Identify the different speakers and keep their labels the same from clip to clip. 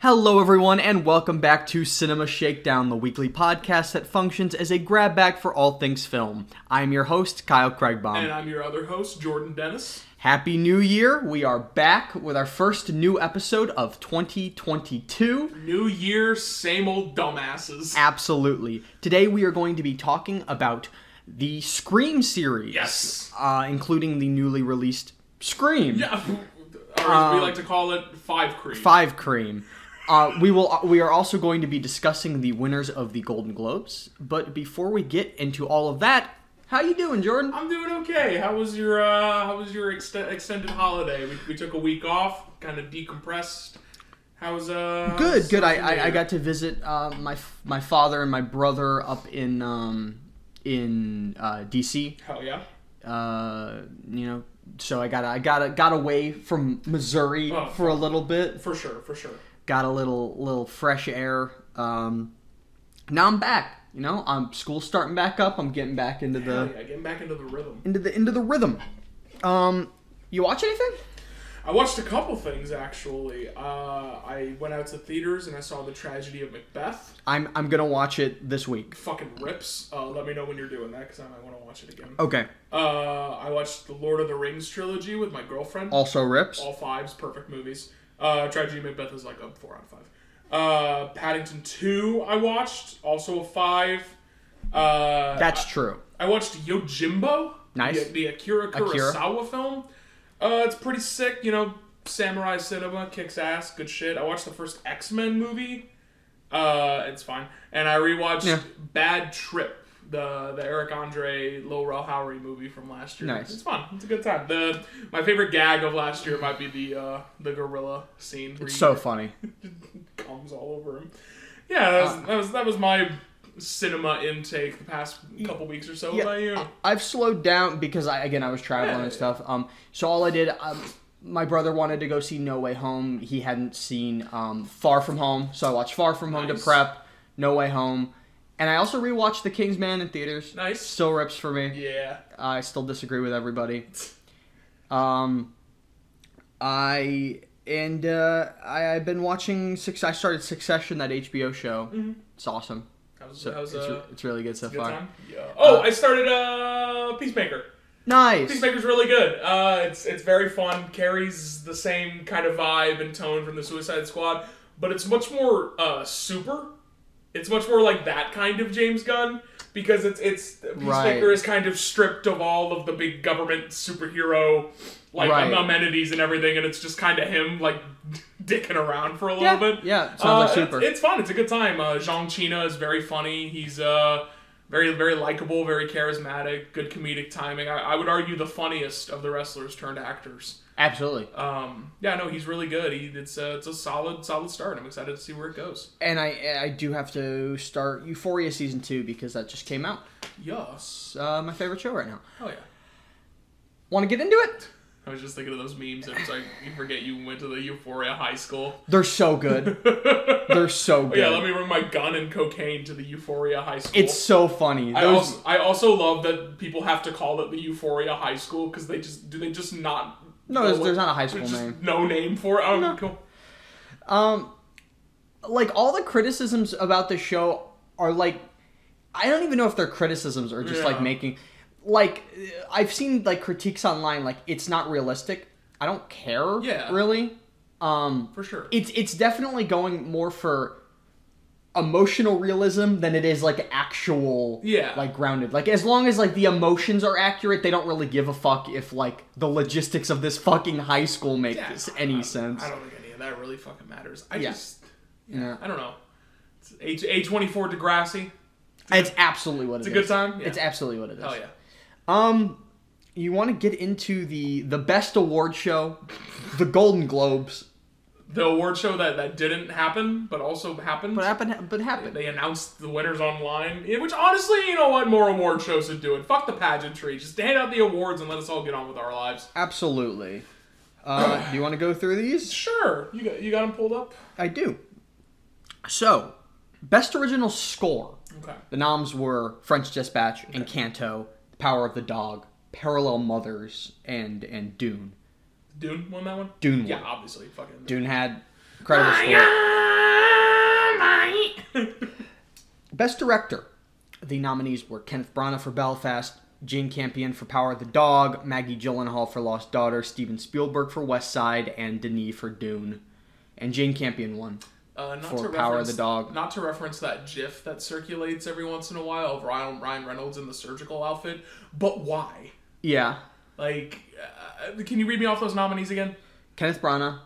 Speaker 1: Hello, everyone, and welcome back to Cinema Shakedown, the weekly podcast that functions as a grab bag for all things film. I'm your host, Kyle
Speaker 2: And
Speaker 1: Craigbaum.
Speaker 2: I'm your other host, Jordan Dennis.
Speaker 1: Happy New Year! We are back with our first new episode of 2022.
Speaker 2: New year, same old dumbasses.
Speaker 1: Absolutely. Today, we are going to be talking about the Scream series,
Speaker 2: Yes.
Speaker 1: uh, including the newly released Scream.
Speaker 2: Yeah. Or as we like to call it, Five Creed.
Speaker 1: Um, five cream. Uh, we will. We are also going to be discussing the winners of the Golden Globes. But before we get into all of that, how you doing, Jordan?
Speaker 2: I'm doing okay. How was your uh, How was your ext- extended holiday? We, we took a week off, kind of decompressed. How's uh?
Speaker 1: Good, good. I,
Speaker 2: how's
Speaker 1: I, I
Speaker 2: your-
Speaker 1: got to visit uh, my f- my father and my brother up in um, in uh, DC.
Speaker 2: Hell yeah.
Speaker 1: Uh, you know, so I got I got got away from Missouri
Speaker 2: Oh.
Speaker 1: for a little bit.
Speaker 2: For sure. For sure.
Speaker 1: Got a little little fresh air. Um, now I'm back. You know, I'm school starting back up. I'm getting back into the.
Speaker 2: Hell yeah. Getting back into the rhythm.
Speaker 1: into the into the rhythm. Um, you watch anything?
Speaker 2: I watched a couple things actually. Uh, I went out to theaters and I saw the tragedy of Macbeth.
Speaker 1: I'm I'm gonna watch it this week.
Speaker 2: Fucking rips. Uh, let me know when you're doing that because I might want to watch it again.
Speaker 1: Okay.
Speaker 2: Uh, I watched the Lord of the Rings trilogy with my girlfriend. All,
Speaker 1: Also rips.
Speaker 2: fives, perfect movies. Uh, Tragedy of Macbeth is like a four out of five. Uh, Paddington Two, I watched, also a five. Uh,
Speaker 1: That's true.
Speaker 2: I, I watched Yojimbo,
Speaker 1: Nice.
Speaker 2: the, the Akira
Speaker 1: Akira.
Speaker 2: Kurosawa film. Uh, it's pretty sick, you know. Samurai cinema kicks ass, good shit. I watched the first X Men movie. Uh, it's fine, and I rewatched
Speaker 1: Yeah.
Speaker 2: Bad Trip, the the Eric Andre Lil Rel Howery movie from last year.
Speaker 1: Nice.
Speaker 2: It's fun. It's a good time. The my favorite gag of last year might be the uh, the gorilla scene. Where
Speaker 1: So funny.
Speaker 2: comes all over him. Yeah, that was,
Speaker 1: Uh.
Speaker 2: that was that was my cinema intake the past couple weeks or so. What about you?
Speaker 1: Yeah, Uh, I- I've slowed down because I again I was traveling
Speaker 2: Yeah.
Speaker 1: and stuff. Um, so all I did, um, my brother wanted to go see No Way Home. He hadn't seen um, Far From Home, so I watched Far From Home to
Speaker 2: Nice.
Speaker 1: prep No Way Home, and I also rewatched The King's Man in theaters.
Speaker 2: Nice.
Speaker 1: Still rips for me.
Speaker 2: yeah.
Speaker 1: I still disagree with everybody. Um, I and uh, I, I've been watching six. I started Succession, that HBO show. It's awesome.
Speaker 2: That was,
Speaker 1: So
Speaker 2: that was
Speaker 1: it's,
Speaker 2: uh,
Speaker 1: it's really good so
Speaker 2: good
Speaker 1: far.
Speaker 2: time. Yeah. Oh, I started uh, Peacemaker.
Speaker 1: Nice.
Speaker 2: Peacemaker's really good. Uh, it's it's very fun. Carries the same kind of vibe and tone from the Suicide Squad, but it's much more uh, super. It's much more like that kind of James Gunn because it's it's Peacemaker
Speaker 1: Right.
Speaker 2: is kind of stripped of all of the big government superhero like
Speaker 1: Right.
Speaker 2: amenities and everything, and it's just kind of him like dicking around for a little
Speaker 1: Yeah,
Speaker 2: bit.
Speaker 1: yeah, sounds
Speaker 2: Uh,
Speaker 1: like super.
Speaker 2: It's, it's fun. It's a good time. Uh, Zhang China is very funny. He's uh, very, very likable, very charismatic, good comedic timing. I, I would argue the funniest of the wrestlers turned actors.
Speaker 1: Absolutely.
Speaker 2: Um, yeah, no, he's really good. He, it's a, it's a solid, solid start. I'm excited to see where it goes.
Speaker 1: And I I do have to start Euphoria season two because that just came out.
Speaker 2: Yes.
Speaker 1: It's uh, my favorite show right now.
Speaker 2: Oh yeah.
Speaker 1: Want to get into it?
Speaker 2: I was just thinking of those memes. It was like you forget you went to the Euphoria High School.
Speaker 1: They're so good.
Speaker 2: Oh, yeah,
Speaker 1: They're so good.
Speaker 2: let me bring my gun and cocaine to the Euphoria High School.
Speaker 1: it's so funny.
Speaker 2: I
Speaker 1: Those-
Speaker 2: also, I also love that people have to call it the Euphoria High School because they just do they just not.
Speaker 1: No, there's- there's not a high school
Speaker 2: just
Speaker 1: name.
Speaker 2: No name for it. Oh, cool.
Speaker 1: um like all the criticisms about the show are like i don't even know if they're criticisms or just like
Speaker 2: Yeah.
Speaker 1: making like i've seen like critiques online like it's not realistic i don't care
Speaker 2: Yeah.
Speaker 1: really um
Speaker 2: for sure.
Speaker 1: it's it's definitely going more for emotional realism than it is like actual
Speaker 2: Yeah.
Speaker 1: like grounded like as long as like the emotions are accurate they don't really give a fuck if like the logistics of this fucking high school
Speaker 2: Yeah,
Speaker 1: makes
Speaker 2: I
Speaker 1: any
Speaker 2: don't-
Speaker 1: sense
Speaker 2: I don't think any of that really fucking matters. I
Speaker 1: Yeah.
Speaker 2: just
Speaker 1: yeah
Speaker 2: I don't know. It's H A twenty four Degrassi.
Speaker 1: It's absolutely what it's
Speaker 2: a good time? Yeah.
Speaker 1: It's absolutely what it is.
Speaker 2: Oh yeah.
Speaker 1: Um, you want to get into the the best award show, the Golden Globes.
Speaker 2: the award show that, that didn't happen, but also happened.
Speaker 1: But happened, but happened.
Speaker 2: they announced the winners online, eh, which honestly, you know what? More award shows should do it. Fuck the pageantry. Just hand out the awards and let us all get on with our lives.
Speaker 1: Absolutely. Uh, do you want to go through these?
Speaker 2: Sure, you got you got them pulled up.
Speaker 1: I do. So, best original score.
Speaker 2: Okay.
Speaker 1: The noms were French Dispatch, and Encanto, The Power of the Dog, Parallel Mothers, and and Dune.
Speaker 2: Dune won that one.
Speaker 1: Dune
Speaker 2: Yeah,
Speaker 1: won.
Speaker 2: obviously. Fucking. Uh,
Speaker 1: Dune had incredible score. Best Director. The nominees were Kenneth Branagh for Belfast, Jane Campion for Power of the Dog, Maggie Gyllenhaal for Lost Daughter, Steven Spielberg for West Side, and Denis for Dune. And Jane Campion won.
Speaker 2: Uh, not
Speaker 1: For
Speaker 2: to
Speaker 1: Power of the
Speaker 2: reference-
Speaker 1: Dog.
Speaker 2: Not to reference that GIF that circulates every once in a while of Ryan, Ryan Reynolds in the surgical outfit, but why?
Speaker 1: Yeah.
Speaker 2: Like, uh, can you read me off those nominees again?
Speaker 1: Kenneth Branagh,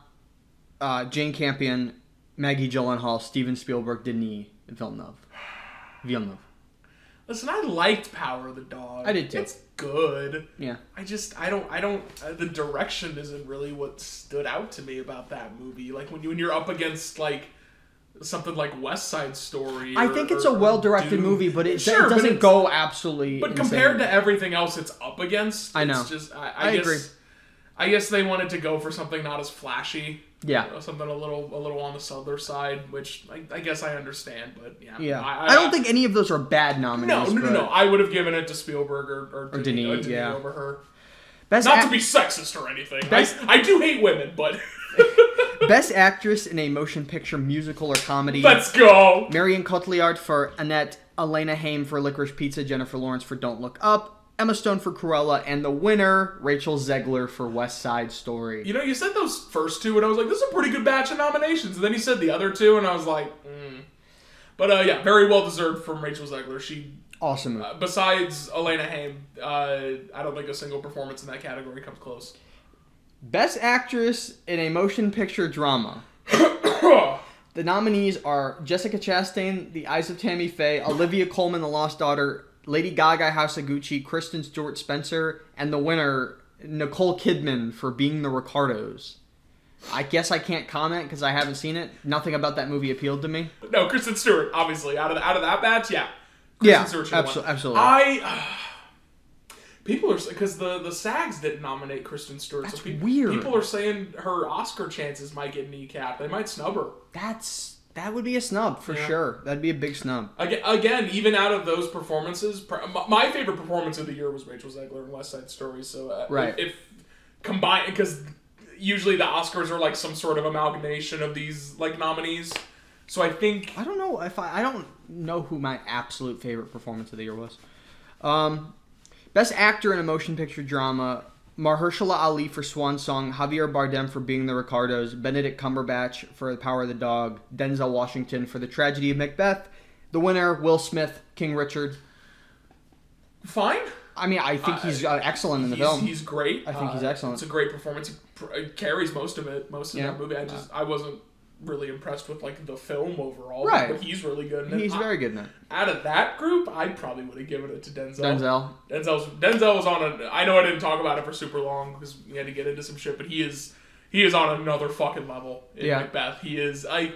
Speaker 1: uh, Jane Campion, Maggie Gyllenhaal, Steven Spielberg, Denis Villeneuve. Villeneuve.
Speaker 2: Listen, I liked Power of the Dog.
Speaker 1: I did too.
Speaker 2: It's good.
Speaker 1: Yeah.
Speaker 2: I just I don't I don't uh, the direction isn't really what stood out to me about that movie. Like when you when you're up against like something like West Side Story.
Speaker 1: I
Speaker 2: or-
Speaker 1: think it's
Speaker 2: or-
Speaker 1: a
Speaker 2: or
Speaker 1: well-directed
Speaker 2: Dune.
Speaker 1: movie, but it,
Speaker 2: Sure,
Speaker 1: it
Speaker 2: but
Speaker 1: doesn't
Speaker 2: it's-
Speaker 1: go absolutely.
Speaker 2: But
Speaker 1: insane.
Speaker 2: compared to everything else it's up against,
Speaker 1: I know.
Speaker 2: It's just I, I,
Speaker 1: I
Speaker 2: guess,
Speaker 1: agree.
Speaker 2: I guess they wanted to go for something not as flashy.
Speaker 1: Yeah.
Speaker 2: You know, something a little a little on the southern side, which I, I guess I understand, but yeah.
Speaker 1: yeah, I, don't think any of those are bad
Speaker 2: no,
Speaker 1: nominees.
Speaker 2: no, no,
Speaker 1: but-
Speaker 2: no. I would have given it to Spielberg or, or,
Speaker 1: Or
Speaker 2: De Niro-
Speaker 1: Denis,
Speaker 2: De Niro
Speaker 1: yeah.
Speaker 2: over her.
Speaker 1: Best
Speaker 2: Not
Speaker 1: act-
Speaker 2: to be sexist or anything. I,
Speaker 1: That's-
Speaker 2: I do hate women, but
Speaker 1: Best Actress in a Motion Picture Musical or Comedy.
Speaker 2: let's go.
Speaker 1: Marion Cotillard for Annette, Elena Haim for Licorice Pizza, Jennifer Lawrence for Don't Look Up, Emma Stone for Cruella, and the winner, Rachel Zegler for West Side Story.
Speaker 2: You know, you said those first two, and I was like, "This is a pretty good batch of nominations." And then you said the other two, and I was like, mm. "But uh, yeah, very well deserved from Rachel Zegler. She, uh,
Speaker 1: Awesome movie.
Speaker 2: besides Elena Haim, uh, I don't think a single performance in that category comes close."
Speaker 1: Best Actress in a Motion Picture Drama. The nominees are Jessica Chastain, The Eyes of Tammy Faye, Olivia Colman, The Lost Daughter, Lady Gaga Hasaguchi, Kristen Stewart Spencer, and the winner, Nicole Kidman for Being the Ricardos. I guess I can't comment because I haven't seen it. Nothing about that movie appealed to me.
Speaker 2: no, Kristen Stewart, obviously, out of out of that batch, yeah.
Speaker 1: Yeah,
Speaker 2: Kristen Stewart should have
Speaker 1: abso-
Speaker 2: won.
Speaker 1: absolutely.
Speaker 2: I. people are because the the SAGs didn't nominate Kristen Stewart.
Speaker 1: That's
Speaker 2: so pe-
Speaker 1: weird.
Speaker 2: People are saying her Oscar chances might get kneecapped. They might snub her.
Speaker 1: That's that would be a snub for
Speaker 2: Yeah.
Speaker 1: sure. That'd be a big snub.
Speaker 2: Again, again, even out of those performances, pr- my- my favorite performance of the year was Rachel Zegler in West Side Story. So, uh,
Speaker 1: Right.
Speaker 2: if combined, because usually the Oscars are like some sort of amalgamation of these like nominees. So I think
Speaker 1: I don't know if I, I don't know who my absolute favorite performance of the year was. Um, best actor in a motion picture drama: Mahershala Ali for Swan Song, Javier Bardem for Being the Ricardos, Benedict Cumberbatch for The Power of the Dog, Denzel Washington for The Tragedy of Macbeth. The winner: Will Smith, King Richard.
Speaker 2: fine.
Speaker 1: I mean, I think he's uh, excellent in the
Speaker 2: He's,
Speaker 1: film.
Speaker 2: he's great.
Speaker 1: I think he's
Speaker 2: Uh,
Speaker 1: excellent.
Speaker 2: It's a great performance. He pr- uh, carries most of it, most of
Speaker 1: Yeah.
Speaker 2: that movie. I just I wasn't really impressed with like the film overall.
Speaker 1: Right.
Speaker 2: But he's really good. in it.
Speaker 1: he's
Speaker 2: I-
Speaker 1: very good in it.
Speaker 2: out of that group. I probably would have given it to Denzel.
Speaker 1: Denzel.
Speaker 2: Denzel's Denzel was on a. I know I didn't talk about it for super long because we had to get into some shit, but he is he is on another fucking level in
Speaker 1: Yeah.
Speaker 2: Macbeth. He is I.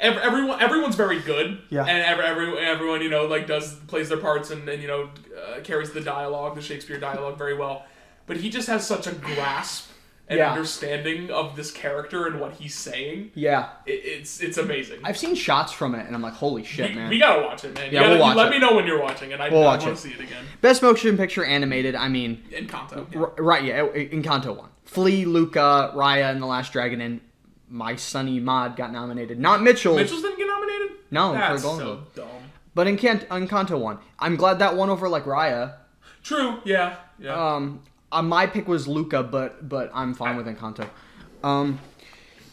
Speaker 2: ev- Everyone, everyone's very good,
Speaker 1: Yeah.
Speaker 2: and every, every, everyone you know like does plays their parts and, and you know uh, carries the dialogue, the Shakespeare dialogue very well. But he just has such a grasp and
Speaker 1: Yeah.
Speaker 2: understanding of this character and what he's saying.
Speaker 1: Yeah,
Speaker 2: It, it's it's amazing.
Speaker 1: I've seen shots from it, and I'm like, holy shit,
Speaker 2: We-
Speaker 1: man.
Speaker 2: We gotta watch it, man.
Speaker 1: Yeah,
Speaker 2: you gotta,
Speaker 1: we'll watch
Speaker 2: let
Speaker 1: it.
Speaker 2: me know when you're watching it. I,
Speaker 1: We'll
Speaker 2: I
Speaker 1: watch
Speaker 2: want
Speaker 1: it.
Speaker 2: to see it again.
Speaker 1: Best motion picture animated. I mean,
Speaker 2: In Kanto. yeah.
Speaker 1: R- right, yeah, Encanto won. Flea, Luca, Raya, and the Last Dragon, and My Sunny Mod got nominated. Not Mitchell,
Speaker 2: Mitchell's didn't get nominated?
Speaker 1: No, for
Speaker 2: That's
Speaker 1: Golden
Speaker 2: so
Speaker 1: Globe.
Speaker 2: dumb.
Speaker 1: but Encant- Encanto won. I'm glad that won over like Raya.
Speaker 2: True, yeah. Yeah.
Speaker 1: Um, uh, my pick was Luca, but but I'm fine with Encanto. Um,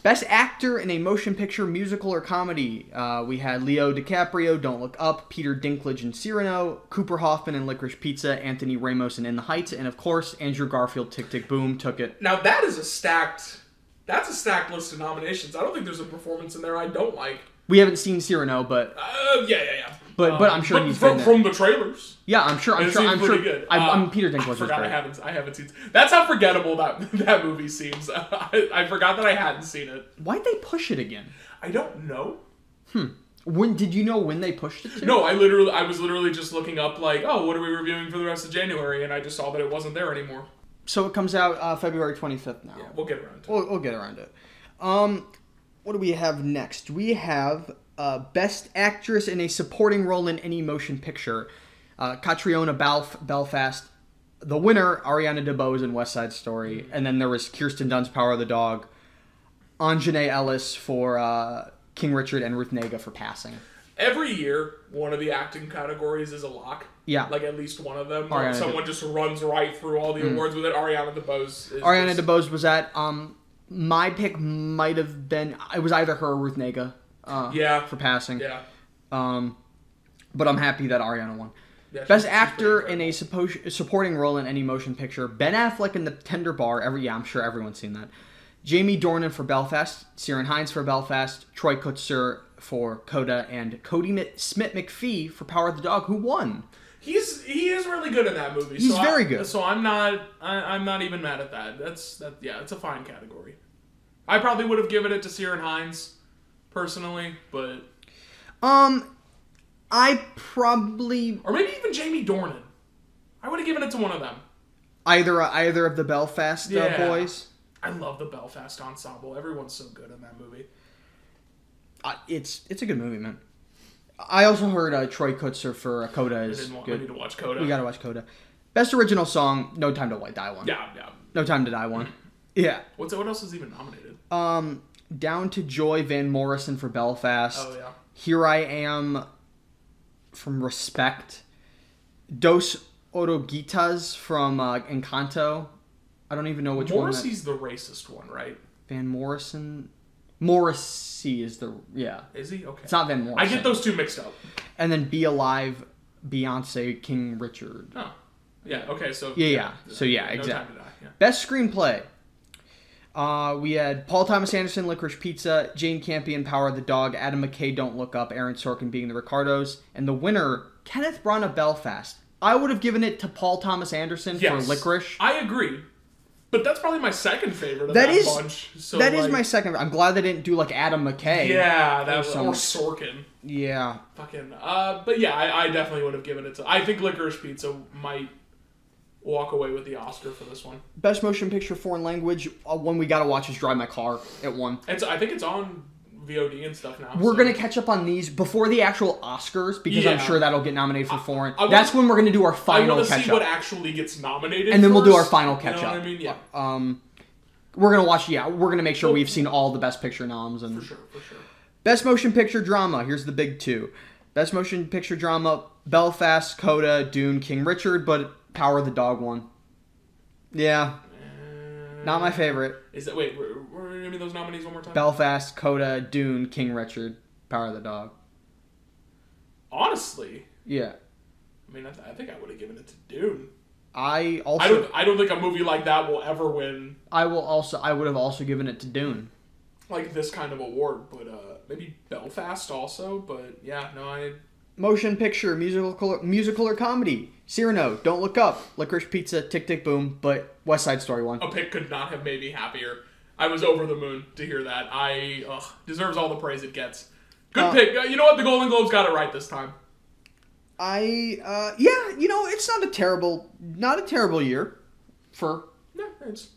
Speaker 1: best actor in a motion picture, musical, or comedy. Uh, we had Leo DiCaprio, Don't Look Up, Peter Dinklage and Cyrano, Cooper Hoffman and Licorice Pizza, Anthony Ramos and In the Heights, and of course Andrew Garfield. Tick Tick Boom took it.
Speaker 2: now that is a stacked that's a stacked list of nominations. I don't think there's a performance in there I don't like.
Speaker 1: We haven't seen Cyrano, but
Speaker 2: Uh, yeah, yeah, yeah.
Speaker 1: But but I'm sure
Speaker 2: But
Speaker 1: he's
Speaker 2: from,
Speaker 1: been there.
Speaker 2: from the trailers.
Speaker 1: Yeah, I'm sure. I'm
Speaker 2: It
Speaker 1: sure.
Speaker 2: seems
Speaker 1: I'm sure.
Speaker 2: pretty good.
Speaker 1: I,
Speaker 2: Uh,
Speaker 1: I'm Peter Dinklage
Speaker 2: I
Speaker 1: was
Speaker 2: forgot I
Speaker 1: great.
Speaker 2: haven't. I haven't seen. That's how forgettable that that movie seems. I, I forgot that I hadn't seen it.
Speaker 1: Why'd they push it again?
Speaker 2: I don't know.
Speaker 1: When did you know when they pushed it? To?
Speaker 2: No, I literally, I was literally just looking up like, oh, what are we reviewing for the rest of January, and I just saw that it wasn't there anymore.
Speaker 1: So it comes out uh, February 25th now.
Speaker 2: We'll get around to it.
Speaker 1: We'll, we'll get around it. Um, what do we have next? We have uh, Best Actress in a Supporting Role in Any Motion Picture. Uh, Catriona Balf, Belfast. The winner, Ariana DeBose in West Side Story.
Speaker 2: Mm-hmm.
Speaker 1: And then there was Kirsten Dunst, Power of the Dog. Anjanae Ellis for uh, King Richard and Ruth Nega for Passing.
Speaker 2: Every year, one of the acting categories is a lock.
Speaker 1: Yeah.
Speaker 2: Like at least one of them.
Speaker 1: Ariana Mm.
Speaker 2: Like someone just runs right through all the awards with it. Ariana DeBose. Is
Speaker 1: Ariana
Speaker 2: just-
Speaker 1: DeBose was at. Um, my pick might have been. It was either her or Ruth Nega uh,
Speaker 2: Yeah.
Speaker 1: for Passing.
Speaker 2: Yeah.
Speaker 1: Um, but I'm happy that Ariana won.
Speaker 2: Yeah, she's-
Speaker 1: Best
Speaker 2: she's
Speaker 1: actor
Speaker 2: pretty
Speaker 1: in a suppo- supporting role in any motion picture: Ben Affleck in The Tender Bar. Every yeah, I'm sure everyone's seen that. Jamie Dornan for Belfast, Ciaran Hines for Belfast, Troy Kutzer for Coda, and Cody Mi- Smith McPhee for Power of the Dog, who won.
Speaker 2: He's he is really good in that movie.
Speaker 1: He's
Speaker 2: so I-
Speaker 1: very good.
Speaker 2: So I'm not I, I'm not even mad at that. That's that yeah, it's a fine category. I probably would have given it to Ciaran Hines, personally, but
Speaker 1: Um, I probably
Speaker 2: or maybe even Jamie Dornan. I would have given it to one of them.
Speaker 1: either either of the Belfast uh,
Speaker 2: Yeah.
Speaker 1: boys.
Speaker 2: I love the Belfast ensemble. Everyone's so good in that movie.
Speaker 1: I, it's it's a good movie, man. I also heard uh, Troy Kutzer for uh, Coda
Speaker 2: I
Speaker 1: is
Speaker 2: didn't want I
Speaker 1: good.
Speaker 2: need to watch Coda.
Speaker 1: We gotta watch Coda. Best original song, No Time to Die one.
Speaker 2: yeah, Mm-hmm. yeah.
Speaker 1: No Time to Die one. Yeah.
Speaker 2: What's what else is even nominated?
Speaker 1: Um, Down to Joy, Van Morrison for Belfast.
Speaker 2: Oh yeah.
Speaker 1: Here I Am from Respect. Dos Oroguitas from uh, Encanto. I don't even know which one.
Speaker 2: Morrissey's the racist one, right?
Speaker 1: That, Van Morrison. Morrissey is the yeah.
Speaker 2: Is he? Okay.
Speaker 1: It's not Van
Speaker 2: I
Speaker 1: Morrison.
Speaker 2: get those two mixed up.
Speaker 1: And then Be Alive, Beyonce, King Richard.
Speaker 2: Oh. Yeah, okay, so
Speaker 1: Yeah, yeah. So, yeah, exactly.
Speaker 2: No time to die.
Speaker 1: Best screenplay. Uh, we had Paul Thomas Anderson, Licorice Pizza, Jane Campion, Power of the Dog, Adam McKay, Don't Look Up, Aaron Sorkin being the Ricardos, and the winner, Kenneth Branagh, Belfast. I would have given it to Paul Thomas Anderson
Speaker 2: Yes.
Speaker 1: for Licorice.
Speaker 2: I agree. But that's probably my second favorite of that,
Speaker 1: That is-
Speaker 2: bunch. So
Speaker 1: that is
Speaker 2: like,
Speaker 1: my second. I'm glad they didn't do like Adam McKay.
Speaker 2: Yeah, that
Speaker 1: Or
Speaker 2: was, or Sorkin.
Speaker 1: Yeah.
Speaker 2: Fucking uh but yeah, I, I definitely would have given it to I think Licorice Pizza might walk away with the Oscar for this one.
Speaker 1: Best motion picture foreign language. Uh, one we gotta watch is Drive My Car. It won.
Speaker 2: It's I think it's on VOD and stuff now.
Speaker 1: We're
Speaker 2: so-
Speaker 1: gonna catch up on these before the actual Oscars because I'm
Speaker 2: Yeah.
Speaker 1: sure that'll get nominated for foreign.
Speaker 2: I wanna-
Speaker 1: That's when we're gonna do our
Speaker 2: I
Speaker 1: final
Speaker 2: want to
Speaker 1: catch
Speaker 2: see
Speaker 1: up.
Speaker 2: what actually gets nominated,
Speaker 1: and then we we'll do our
Speaker 2: first,
Speaker 1: final
Speaker 2: you know
Speaker 1: catch
Speaker 2: what
Speaker 1: up.
Speaker 2: I mean, yeah,
Speaker 1: Um, we're gonna watch. Yeah, we're gonna make sure we've seen all the best picture noms and
Speaker 2: for sure, for sure.
Speaker 1: best motion picture drama. Here's the big two: best motion picture drama, Belfast, Coda, Dune, King Richard, but Power of the Dog won. Yeah, not my favorite.
Speaker 2: Is that wait? We're, we're naming those nominees one more time.
Speaker 1: Belfast, Coda, Dune, King Richard, Power of the Dog.
Speaker 2: Honestly,
Speaker 1: Yeah,
Speaker 2: I mean, I, th- I think I would have given it to Dune.
Speaker 1: I also
Speaker 2: I don't. I don't think a movie like that will ever win
Speaker 1: I will also I would have also given it to Dune.
Speaker 2: like this kind of award, but uh, maybe Belfast also. But yeah, no, I
Speaker 1: Motion picture, musical, musical or comedy. Cyrano, Don't Look Up, Licorice Pizza, Tick Tick Boom, but West Side Story one.
Speaker 2: a pick could not have made me happier. I was over the moon to hear that. I ugh, deserves all the praise it gets. Good
Speaker 1: Uh,
Speaker 2: pick. Uh, you know what? The Golden Globes got it right this time.
Speaker 1: I, uh, yeah, you know, it's not a terrible, not a terrible year for,
Speaker 2: No, it's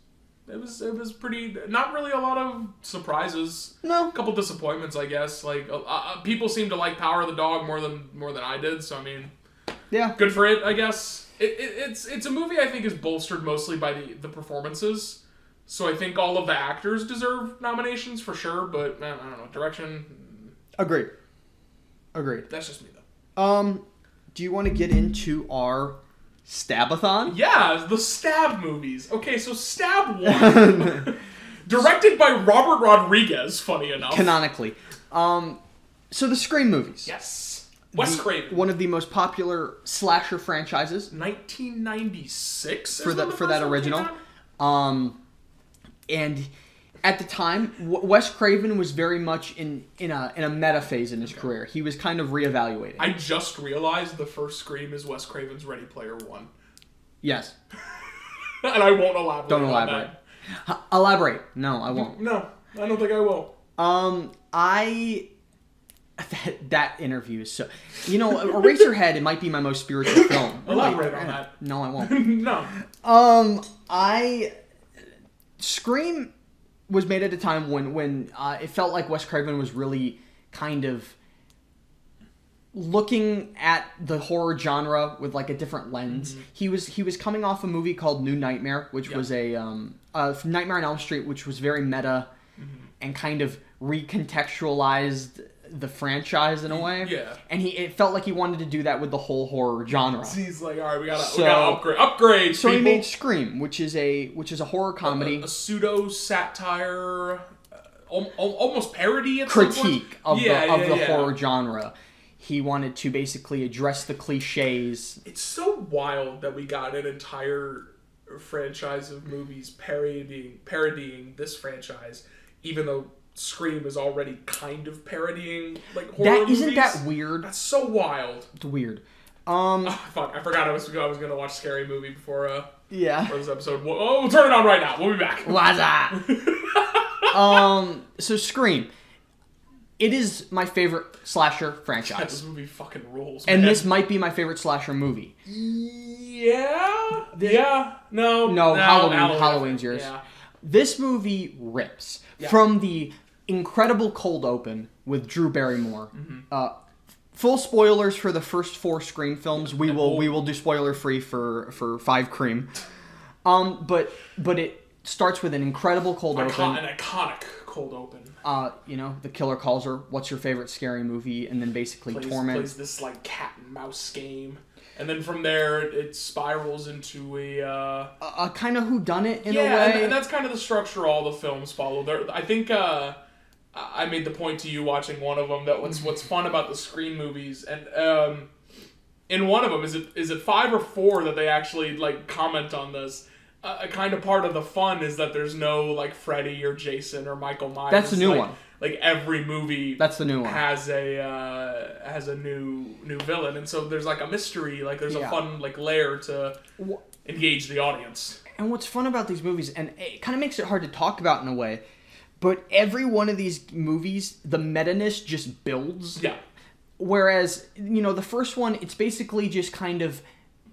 Speaker 2: it was it was pretty. Not really a lot of surprises.
Speaker 1: no.
Speaker 2: A couple disappointments, I guess. Like uh, uh, people seem to like Power of the Dog more than more than I did. So I mean,
Speaker 1: Yeah.
Speaker 2: good for it, I guess. It, it, it's it's a movie I think is bolstered mostly by the the performances. So I think all of the actors deserve nominations for sure, but I I don't know direction.
Speaker 1: Agreed. Agreed.
Speaker 2: That's just me though.
Speaker 1: Um, do you want to get into our Stabathon?
Speaker 2: Yeah, the Stab movies. Okay, so Stab one, directed by Robert Rodriguez. Funny enough.
Speaker 1: Canonically. Um, so the Scream movies.
Speaker 2: yes. Wes
Speaker 1: The-
Speaker 2: Craven.
Speaker 1: One of the most popular slasher franchises
Speaker 2: 1996
Speaker 1: for
Speaker 2: is when
Speaker 1: that
Speaker 2: the
Speaker 1: for
Speaker 2: first
Speaker 1: that
Speaker 2: one came
Speaker 1: original.
Speaker 2: out?
Speaker 1: Um, and at the time, W- Wes Craven was very much in in a in a meta phase in his career. He was kind of reevaluating.
Speaker 2: I just realized the first scream is Wes Craven's Ready Player One,
Speaker 1: yes,
Speaker 2: and I won't elaborate.
Speaker 1: don't
Speaker 2: on
Speaker 1: elaborate.
Speaker 2: that.
Speaker 1: H- elaborate. No, I won't.
Speaker 2: No, I don't think I will.
Speaker 1: Um, I that, that interview is so. You know, Eraserhead. it might be my most spiritual film.
Speaker 2: Elaborate on that.
Speaker 1: No, I won't.
Speaker 2: no,
Speaker 1: Um, I Scream was made at a time when when uh, it felt like Wes Craven was really kind of looking at the horror genre with like a different lens. He was he was coming off a movie called New Nightmare, which was a um, uh, Nightmare on Elm Street, which was very meta and kind of recontextualized the franchise in a way.
Speaker 2: yeah.
Speaker 1: and he it felt like he wanted to do that with the whole horror genre.
Speaker 2: he's like, all right, we gotta,
Speaker 1: So-
Speaker 2: we gotta upgrade, upgrade.
Speaker 1: So he
Speaker 2: people." Uh,
Speaker 1: made Scream, which is a which is a horror comedy
Speaker 2: a pseudo satire, uh, al- al- almost parody at some point.
Speaker 1: critique of
Speaker 2: Yeah,
Speaker 1: the of
Speaker 2: yeah,
Speaker 1: the
Speaker 2: yeah.
Speaker 1: horror genre. He wanted to basically address the cliches.
Speaker 2: It's so wild that we got an entire franchise of movies parodying parodying this franchise, even though Scream is already kind of parodying like horror
Speaker 1: That isn't
Speaker 2: movies.
Speaker 1: that weird.
Speaker 2: That's so wild.
Speaker 1: It's weird. Um.
Speaker 2: Fuck, I forgot I was I was gonna watch scary movie before uh
Speaker 1: Yeah.
Speaker 2: before this episode. Whoa, Oh, turn it on right now. We'll be back.
Speaker 1: What's up? um. So Scream. It is my favorite slasher
Speaker 2: This
Speaker 1: franchise,
Speaker 2: movie fucking rules.
Speaker 1: and
Speaker 2: man.
Speaker 1: this might be my favorite slasher movie.
Speaker 2: Yeah. yeah. No.
Speaker 1: No, Halloween- Halloween's yours.
Speaker 2: Yeah.
Speaker 1: This movie rips from the incredible cold open with Drew Barrymore.
Speaker 2: Mm-hmm.
Speaker 1: Uh, full spoilers for the first four Scream films. We will we will do spoiler free for for Five Cream. Um, but but it starts with an incredible cold
Speaker 2: Icon-
Speaker 1: open.
Speaker 2: an iconic cold open.
Speaker 1: Uh, you know, the killer calls her, "What's your favorite scary movie?" and then basically
Speaker 2: Plays,
Speaker 1: torments.
Speaker 2: plays this like cat and mouse game, and then from there it, it spirals into a. Uh,
Speaker 1: A, kind of who done it in
Speaker 2: yeah,
Speaker 1: a way.
Speaker 2: and, and that's kind of the structure all the films follow. There, I think. Uh, I I made the point to you watching one of them that
Speaker 1: Mm-hmm.
Speaker 2: what's what's fun about the screen movies and um, in one of them is it is it five or four that they actually like comment on this. Uh, a kind of part of the fun is that there's no like Freddy or Jason or Michael Myers.
Speaker 1: That's a new
Speaker 2: like,
Speaker 1: one.
Speaker 2: Like every movie.
Speaker 1: That's the new one.
Speaker 2: Has a uh, has a new new villain, and so there's like a mystery, like there's
Speaker 1: Yeah.
Speaker 2: a fun like layer to
Speaker 1: Wha-
Speaker 2: engage the audience.
Speaker 1: And what's fun about these movies, and it kind of makes it hard to talk about in a way, but every one of these movies, the meta-ness just builds.
Speaker 2: Yeah.
Speaker 1: Whereas, you know, the first one, it's basically just kind of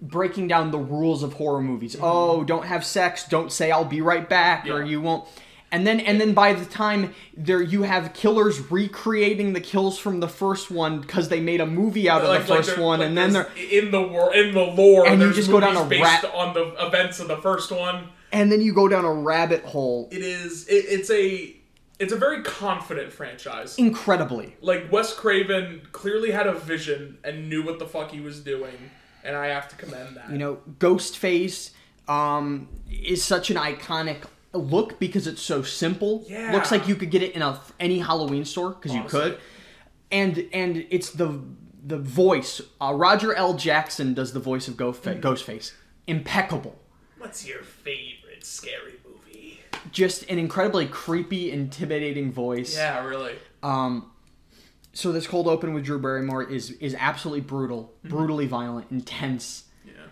Speaker 1: breaking down the rules of horror movies. Oh, don't have sex, don't say I'll be right back, or
Speaker 2: Mm-hmm. Yeah.
Speaker 1: you won't. And then, and then by the time there, you have killers recreating the kills from the first one because they made a movie out of the first
Speaker 2: there-
Speaker 1: one,
Speaker 2: like
Speaker 1: and then
Speaker 2: there's-
Speaker 1: they're
Speaker 2: in the world in the lore
Speaker 1: And you
Speaker 2: there's
Speaker 1: just go down
Speaker 2: movies
Speaker 1: a
Speaker 2: based
Speaker 1: rat-
Speaker 2: on the events of the first one
Speaker 1: and then you go down a rabbit hole.
Speaker 2: it is it, it's a it's a very confident franchise
Speaker 1: Incredibly,
Speaker 2: like wes craven clearly had a vision and knew what the fuck he was doing and i have to commend that
Speaker 1: You know, Ghostface um, is such an iconic look because it's so simple.
Speaker 2: Yeah.
Speaker 1: Looks like you could get it in a, any Halloween store because you
Speaker 2: Honestly.
Speaker 1: could. And and it's the the voice. Uh, Roger L. Jackson does the voice of
Speaker 2: Mm.
Speaker 1: Ghostface. Ghostface. Impeccable.
Speaker 2: what's your favorite scary movie
Speaker 1: Just an incredibly creepy, intimidating voice.
Speaker 2: yeah really
Speaker 1: Um, so this cold open with Drew Barrymore is is absolutely brutal, brutally violent, intense.
Speaker 2: Mm-hmm. yeah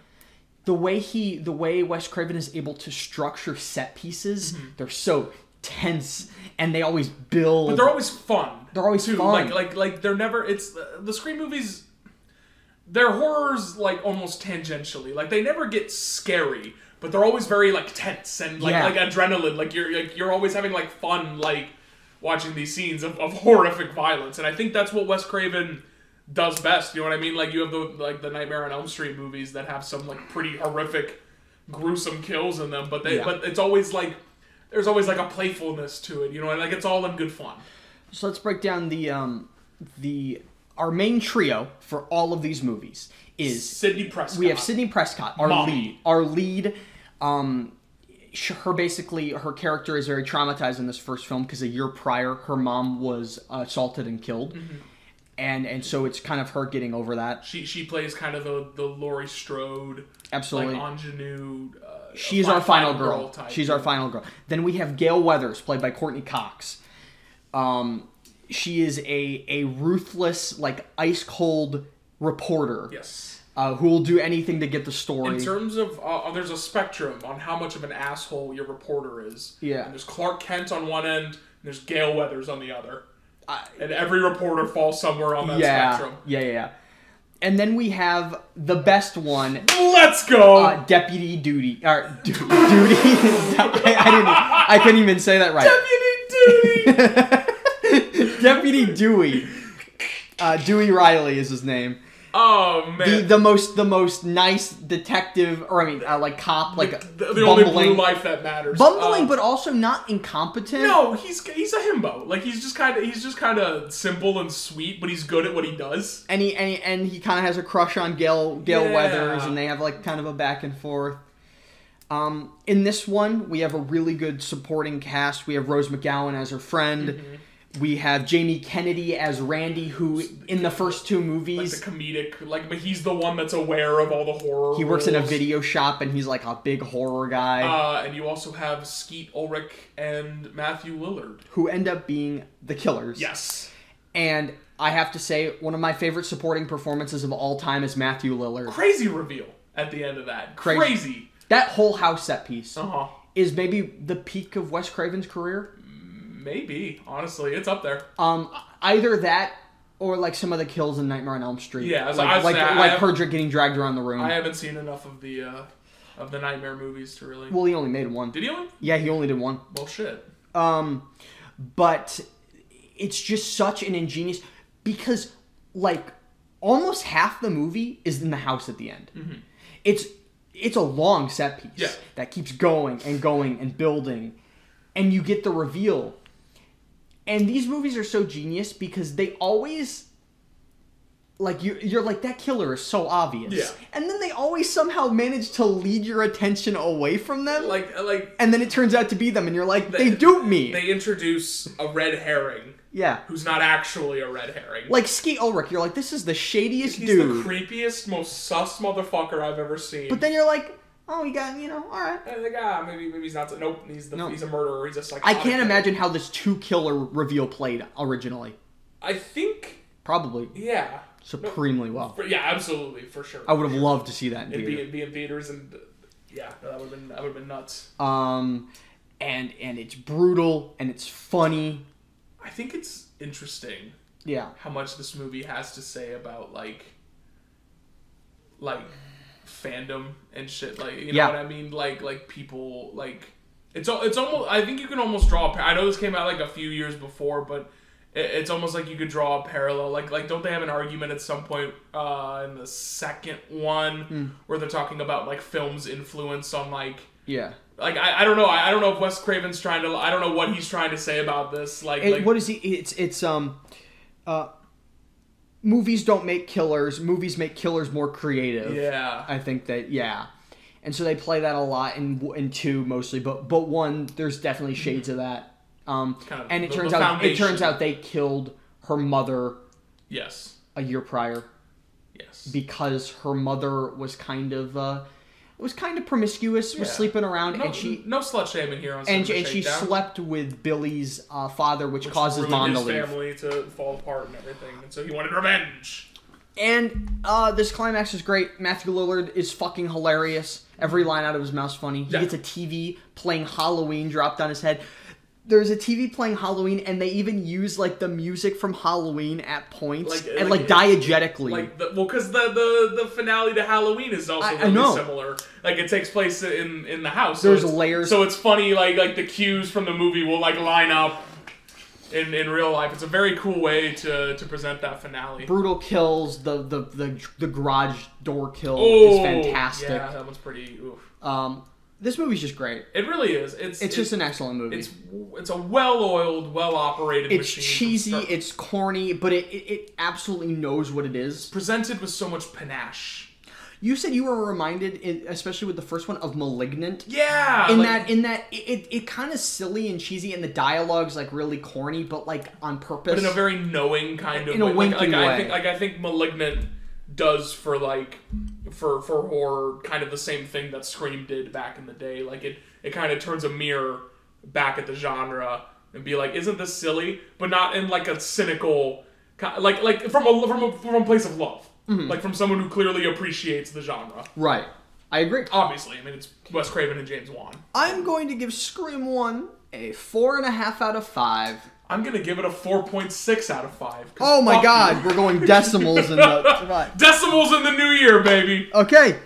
Speaker 1: the way he the way Wes Craven is able to structure set pieces,
Speaker 2: Mm-hmm.
Speaker 1: they're so tense and they always build.
Speaker 2: but they're always fun
Speaker 1: They're always
Speaker 2: too.
Speaker 1: fun.
Speaker 2: like like like they're never it's uh, the, the screen movies they're horrors like almost tangentially. Like they never get scary, but they're always very like tense and like
Speaker 1: Yeah.
Speaker 2: like adrenaline. Like you're like you're always having like fun like watching these scenes of, of horrific violence. And I think that's what Wes Craven does best. You know what I mean? Like you have the like the Nightmare on Elm Street movies that have some like pretty horrific, gruesome kills in them, but they
Speaker 1: Yeah.
Speaker 2: but it's always like there's always like a playfulness to it, you know, and like it's all in good fun.
Speaker 1: so let's break down the um the our main trio for all of these movies is
Speaker 2: Sidney Prescott.
Speaker 1: we have Sidney Prescott, our
Speaker 2: Mommy.
Speaker 1: lead, our lead. Um, sh- her basically her character is very traumatized in this first film because a year prior her mom was assaulted and killed,
Speaker 2: Mm-hmm.
Speaker 1: and and so it's kind of her getting over that.
Speaker 2: She she plays kind of the the Laurie Strode,
Speaker 1: Absolutely.
Speaker 2: like ingenue, uh, a
Speaker 1: She's
Speaker 2: fi-
Speaker 1: our final, girl.
Speaker 2: type.
Speaker 1: She's our final girl. Then we have Gail Weathers, played by Courtney Cox. Um, she is a a ruthless, like ice cold reporter
Speaker 2: yes.
Speaker 1: uh, who will do anything to get the story.
Speaker 2: In terms of, uh, there's a spectrum on how much of an asshole your reporter is.
Speaker 1: Yeah.
Speaker 2: And there's Clark Kent on one end, and there's Gail Weathers on the other.
Speaker 1: I-
Speaker 2: and every reporter falls somewhere on that
Speaker 1: yeah,
Speaker 2: spectrum.
Speaker 1: yeah, yeah, yeah. And then we have the best one,
Speaker 2: Let's go!
Speaker 1: uh, Deputy Duty or du- Duty. I, I didn't. I couldn't even say that right.
Speaker 2: Deputy Duty!
Speaker 1: Deputy Dewey. Uh, Dewey Riley is his name.
Speaker 2: oh, man.
Speaker 1: The, the most the most nice detective, or I mean, uh, like cop, like
Speaker 2: the, the only
Speaker 1: bumbling,
Speaker 2: blue life that matters.
Speaker 1: bumbling,
Speaker 2: Um,
Speaker 1: but also not incompetent.
Speaker 2: no, he's he's a himbo. Like he's just kind of he's just kind of simple and sweet, but he's good at what he does.
Speaker 1: and he and he, and he kind of has a crush on Gail Gail
Speaker 2: Yeah.
Speaker 1: Weathers, and they have like kind of a back and forth. Um, in this one, we have a really good supporting cast. We have Rose McGowan as her friend.
Speaker 2: Mm-hmm.
Speaker 1: We have Jamie Kennedy as Randy, who in the first two
Speaker 2: Like
Speaker 1: movies
Speaker 2: the comedic, like but he's the one that's aware of all the horror.
Speaker 1: he works in a
Speaker 2: rules.
Speaker 1: video shop and he's like a big horror guy
Speaker 2: Uh, and you also have Skeet Ulrich and Matthew Lillard.
Speaker 1: who end up being the killers.
Speaker 2: Yes,
Speaker 1: And I have to say, one of my favorite supporting performances of all time is Matthew Lillard.
Speaker 2: crazy reveal at the end of that.
Speaker 1: Crazy.
Speaker 2: Crazy.
Speaker 1: That whole house set piece
Speaker 2: Uh huh.
Speaker 1: is maybe the peak of Wes Craven's career.
Speaker 2: Maybe honestly, it's up there.
Speaker 1: Um, either that or like some of the kills in Nightmare on Elm Street.
Speaker 2: Yeah, I was- I
Speaker 1: like
Speaker 2: was
Speaker 1: like,
Speaker 2: saying, I
Speaker 1: like
Speaker 2: have-
Speaker 1: Herdrick getting dragged around the room.
Speaker 2: I haven't seen enough of the uh, of the Nightmare movies to really.
Speaker 1: well, he only made one.
Speaker 2: Did he only?
Speaker 1: yeah, he only did one.
Speaker 2: Well, shit.
Speaker 1: Um, but it's just such an ingenious because like almost half the movie is in the house at the end. It's it's a long set piece
Speaker 2: Mm-hmm. Yeah.
Speaker 1: that keeps going and going and building, and you get the reveal. And these movies are so genius because they always like you you're like that killer is so obvious.
Speaker 2: Yeah.
Speaker 1: And then they always somehow manage to lead your attention away from them.
Speaker 2: Like uh, like
Speaker 1: and then it turns out to be them and you're like, they, duped me.
Speaker 2: They introduce a red herring
Speaker 1: Yeah.
Speaker 2: who's not actually a red herring.
Speaker 1: Like Skeet Ulrich, you're like, this is the shadiest
Speaker 2: he's
Speaker 1: dude.
Speaker 2: the creepiest, most sus motherfucker I've ever seen.
Speaker 1: but then you're like, oh, you got, you know, all right.
Speaker 2: I think ah maybe maybe he's not. so- Nope, he's the
Speaker 1: No.
Speaker 2: he's a murderer. He's a psychotic.
Speaker 1: I can't imagine how this two killer reveal played originally.
Speaker 2: I think
Speaker 1: Probably
Speaker 2: yeah,
Speaker 1: supremely well.
Speaker 2: For- yeah, absolutely for sure.
Speaker 1: I would have loved to see that in
Speaker 2: it'd be,
Speaker 1: theater.
Speaker 2: it'd be in theaters and yeah, no, that would have been that would have been nuts.
Speaker 1: Um, and and it's brutal and it's funny.
Speaker 2: I think it's interesting
Speaker 1: Yeah.
Speaker 2: how much this movie has to say about like like fandom and shit like you know
Speaker 1: Yeah.
Speaker 2: what i mean like like people like it's al- it's almost i think you can almost draw a par- i know this came out like a few years before but it, it's almost like you could draw a parallel like like don't they have an argument at some point uh in the second one
Speaker 1: Hmm.
Speaker 2: where they're talking about like films influence on like
Speaker 1: Yeah.
Speaker 2: like I, I don't know I, I don't know if Wes Craven's trying to I don't know what he's trying to say about this like,
Speaker 1: It-
Speaker 2: like
Speaker 1: what is he? It's it's um, uh, movies don't make killers. Movies make killers more creative.
Speaker 2: yeah
Speaker 1: I think that yeah, and so they play that a lot in in two mostly, but but one there's definitely shades of that. Um,
Speaker 2: Kind of
Speaker 1: and it
Speaker 2: the-
Speaker 1: turns
Speaker 2: the
Speaker 1: out it turns
Speaker 2: foundation.
Speaker 1: out they killed her mother
Speaker 2: yes
Speaker 1: a year prior
Speaker 2: yes
Speaker 1: because her mother was kind of uh, was kind of promiscuous, was
Speaker 2: Yeah.
Speaker 1: sleeping around,
Speaker 2: No,
Speaker 1: and she
Speaker 2: no slut shaming here on
Speaker 1: and,
Speaker 2: Cinema
Speaker 1: and she
Speaker 2: Shakedown,
Speaker 1: slept with Billy's uh, father, which,
Speaker 2: which
Speaker 1: causes
Speaker 2: ruined
Speaker 1: Mom to
Speaker 2: his
Speaker 1: leave.
Speaker 2: family to fall apart and everything, and so he wanted revenge.
Speaker 1: And uh, this climax is great. Matthew Lillard is fucking hilarious. Every line out of his mouth's funny. He
Speaker 2: Yeah.
Speaker 1: gets a TV playing Halloween dropped on his head. There's a TV playing Halloween, and they even use like the music from Halloween at points
Speaker 2: Like-
Speaker 1: and like,
Speaker 2: like-
Speaker 1: diegetically.
Speaker 2: Like, the, well, because the, the the finale to Halloween is also
Speaker 1: I- I
Speaker 2: really
Speaker 1: know.
Speaker 2: similar. Like, it takes place in in the house.
Speaker 1: There's
Speaker 2: so it's-
Speaker 1: layers.
Speaker 2: So it's funny, like like the cues from the movie will like line up in in real life. It's a very cool way to to present that finale.
Speaker 1: Brutal kills. The the the, the garage door kill is
Speaker 2: oh,
Speaker 1: fantastic.
Speaker 2: Yeah, that one's pretty. Oof.
Speaker 1: Um, this movie's just great.
Speaker 2: It really is. It's
Speaker 1: It's just an excellent movie.
Speaker 2: it's it's a well oiled, well operated.
Speaker 1: It's
Speaker 2: machine from
Speaker 1: cheesy.
Speaker 2: start-
Speaker 1: It's corny, but it, it, it absolutely knows what it is.
Speaker 2: presented with so much panache.
Speaker 1: You said you were reminded, in, especially with the first one, of *Malignant*.
Speaker 2: Yeah,
Speaker 1: In
Speaker 2: like-
Speaker 1: that, in that, it, it, it kind of silly and cheesy, and the dialogue's like really corny, but like on purpose.
Speaker 2: but in a very knowing kind of
Speaker 1: In a
Speaker 2: way. Like-
Speaker 1: winking
Speaker 2: like, I
Speaker 1: way.
Speaker 2: think, like I think *Malignant* does for like for for horror, kind of the same thing that Scream did back in the day. Like it it kind of turns a mirror back at the genre and be like, isn't this silly? But not in like a cynical, ki- like like from a from a, from a place of love,
Speaker 1: Mm-hmm.
Speaker 2: like from someone who clearly appreciates the genre.
Speaker 1: Right. I agree.
Speaker 2: Obviously, I mean it's Wes Craven and James Wan.
Speaker 1: I'm going to give Scream 1 a 4.5 out of 5.
Speaker 2: I'm gonna give it a four point six out of five. 'cause
Speaker 1: Oh my
Speaker 2: fuck
Speaker 1: god,
Speaker 2: you.
Speaker 1: we're going decimals in the. Right.
Speaker 2: Decimals in the new year, baby.
Speaker 1: Okay.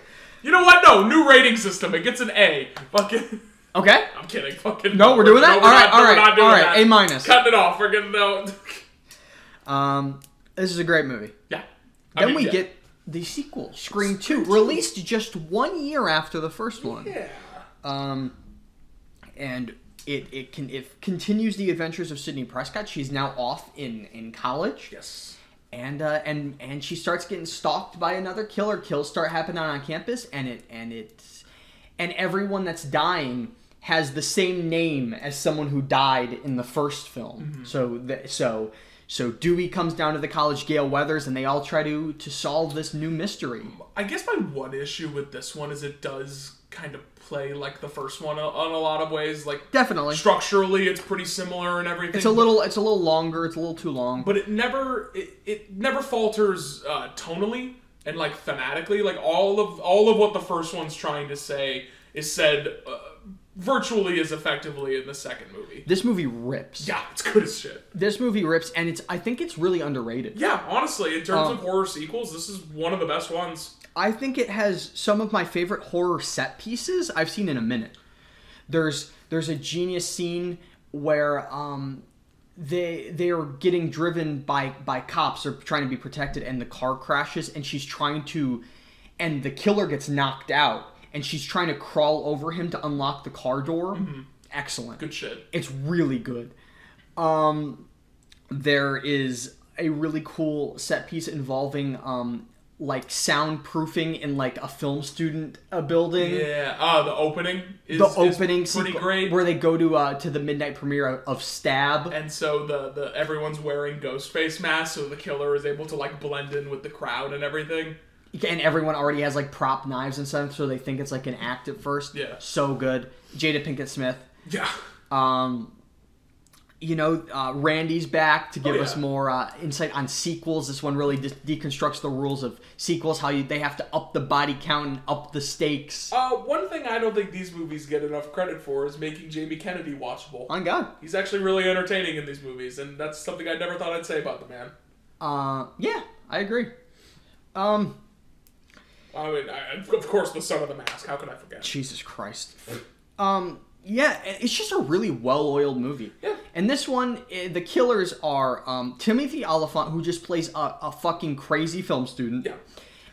Speaker 2: You know what? No, new rating system. It gets an A. Fucking.
Speaker 1: Okay.
Speaker 2: I'm kidding. Fucking.
Speaker 1: No, we're doing that?
Speaker 2: we're
Speaker 1: Alright,
Speaker 2: not- we're
Speaker 1: alright,
Speaker 2: not doing
Speaker 1: alright,
Speaker 2: that.
Speaker 1: A minus.
Speaker 2: Cutting it off. We're gonna no.
Speaker 1: Um, this is a great movie.
Speaker 2: yeah. I
Speaker 1: Then
Speaker 2: mean,
Speaker 1: we
Speaker 2: yeah.
Speaker 1: get the sequel, Scream 2, released just one year after the first one.
Speaker 2: Yeah.
Speaker 1: Um, and it it can it continues the adventures of Sydney Prescott. She's now off in in college,
Speaker 2: Yes.
Speaker 1: and uh, and and she starts getting stalked by another killer. Kills start happening on campus, and it and it's and everyone that's dying has the same name as someone who died in the first film.
Speaker 2: Mm-hmm.
Speaker 1: So the, so. So Dewey comes down to the college Gale Weathers, and they all try to to solve this new mystery.
Speaker 2: I guess my one issue with this one is it does kind of play like the first one o- on a lot of ways. Like
Speaker 1: Definitely,
Speaker 2: structurally, it's pretty similar and everything.
Speaker 1: it's a little it's a little longer. It's a little too long.
Speaker 2: but it never it, it never falters uh, tonally and like thematically like all of all of what the first one's trying to say is said uh, virtually as effectively in the second movie
Speaker 1: this movie rips.
Speaker 2: yeah it's good as shit
Speaker 1: This movie rips, and it's I think it's really underrated.
Speaker 2: yeah honestly in terms
Speaker 1: Um,
Speaker 2: of horror sequels this is one of the best ones
Speaker 1: I think it has some of my favorite horror set pieces I've seen in a minute. There's there's a genius scene where um, they they are getting driven by by cops or trying to be protected, and the car crashes, and she's trying to, and the killer gets knocked out, and she's trying to crawl over him to unlock the car door. Excellent.
Speaker 2: good shit
Speaker 1: It's really good. Um, there is a really cool set piece involving um, like soundproofing in like a film student a building.
Speaker 2: yeah uh, the opening is
Speaker 1: The
Speaker 2: is
Speaker 1: opening
Speaker 2: pretty
Speaker 1: sequ-
Speaker 2: great
Speaker 1: where they go to uh, to the midnight premiere of- of Stab.
Speaker 2: and so the, the everyone's wearing ghost face masks so the killer is able to like blend in with the crowd and everything
Speaker 1: and everyone already has like prop knives and stuff, so they think it's like an act at first.
Speaker 2: Yeah.
Speaker 1: so good. Jada Pinkett Smith.
Speaker 2: yeah
Speaker 1: Um, you know, uh, Randy's back to give
Speaker 2: Oh, yeah.
Speaker 1: us more uh, insight on sequels. This one really de- deconstructs the rules of sequels, how you, they have to up the body count and up the stakes.
Speaker 2: Uh, one thing I don't think these movies get enough credit for is making Jamie Kennedy watchable.
Speaker 1: On God.
Speaker 2: He's actually really entertaining in these movies, and that's something I never thought I'd say about the man.
Speaker 1: Uh, yeah, I agree. Um,
Speaker 2: I mean, I, of course, the son of the mask. How could I forget?
Speaker 1: Jesus Christ. Um, yeah, i- it's just a really well-oiled movie.
Speaker 2: Yeah.
Speaker 1: And this one, i- the killers are um, Timothy Oliphant, who just plays a, a fucking crazy film student.
Speaker 2: Yeah.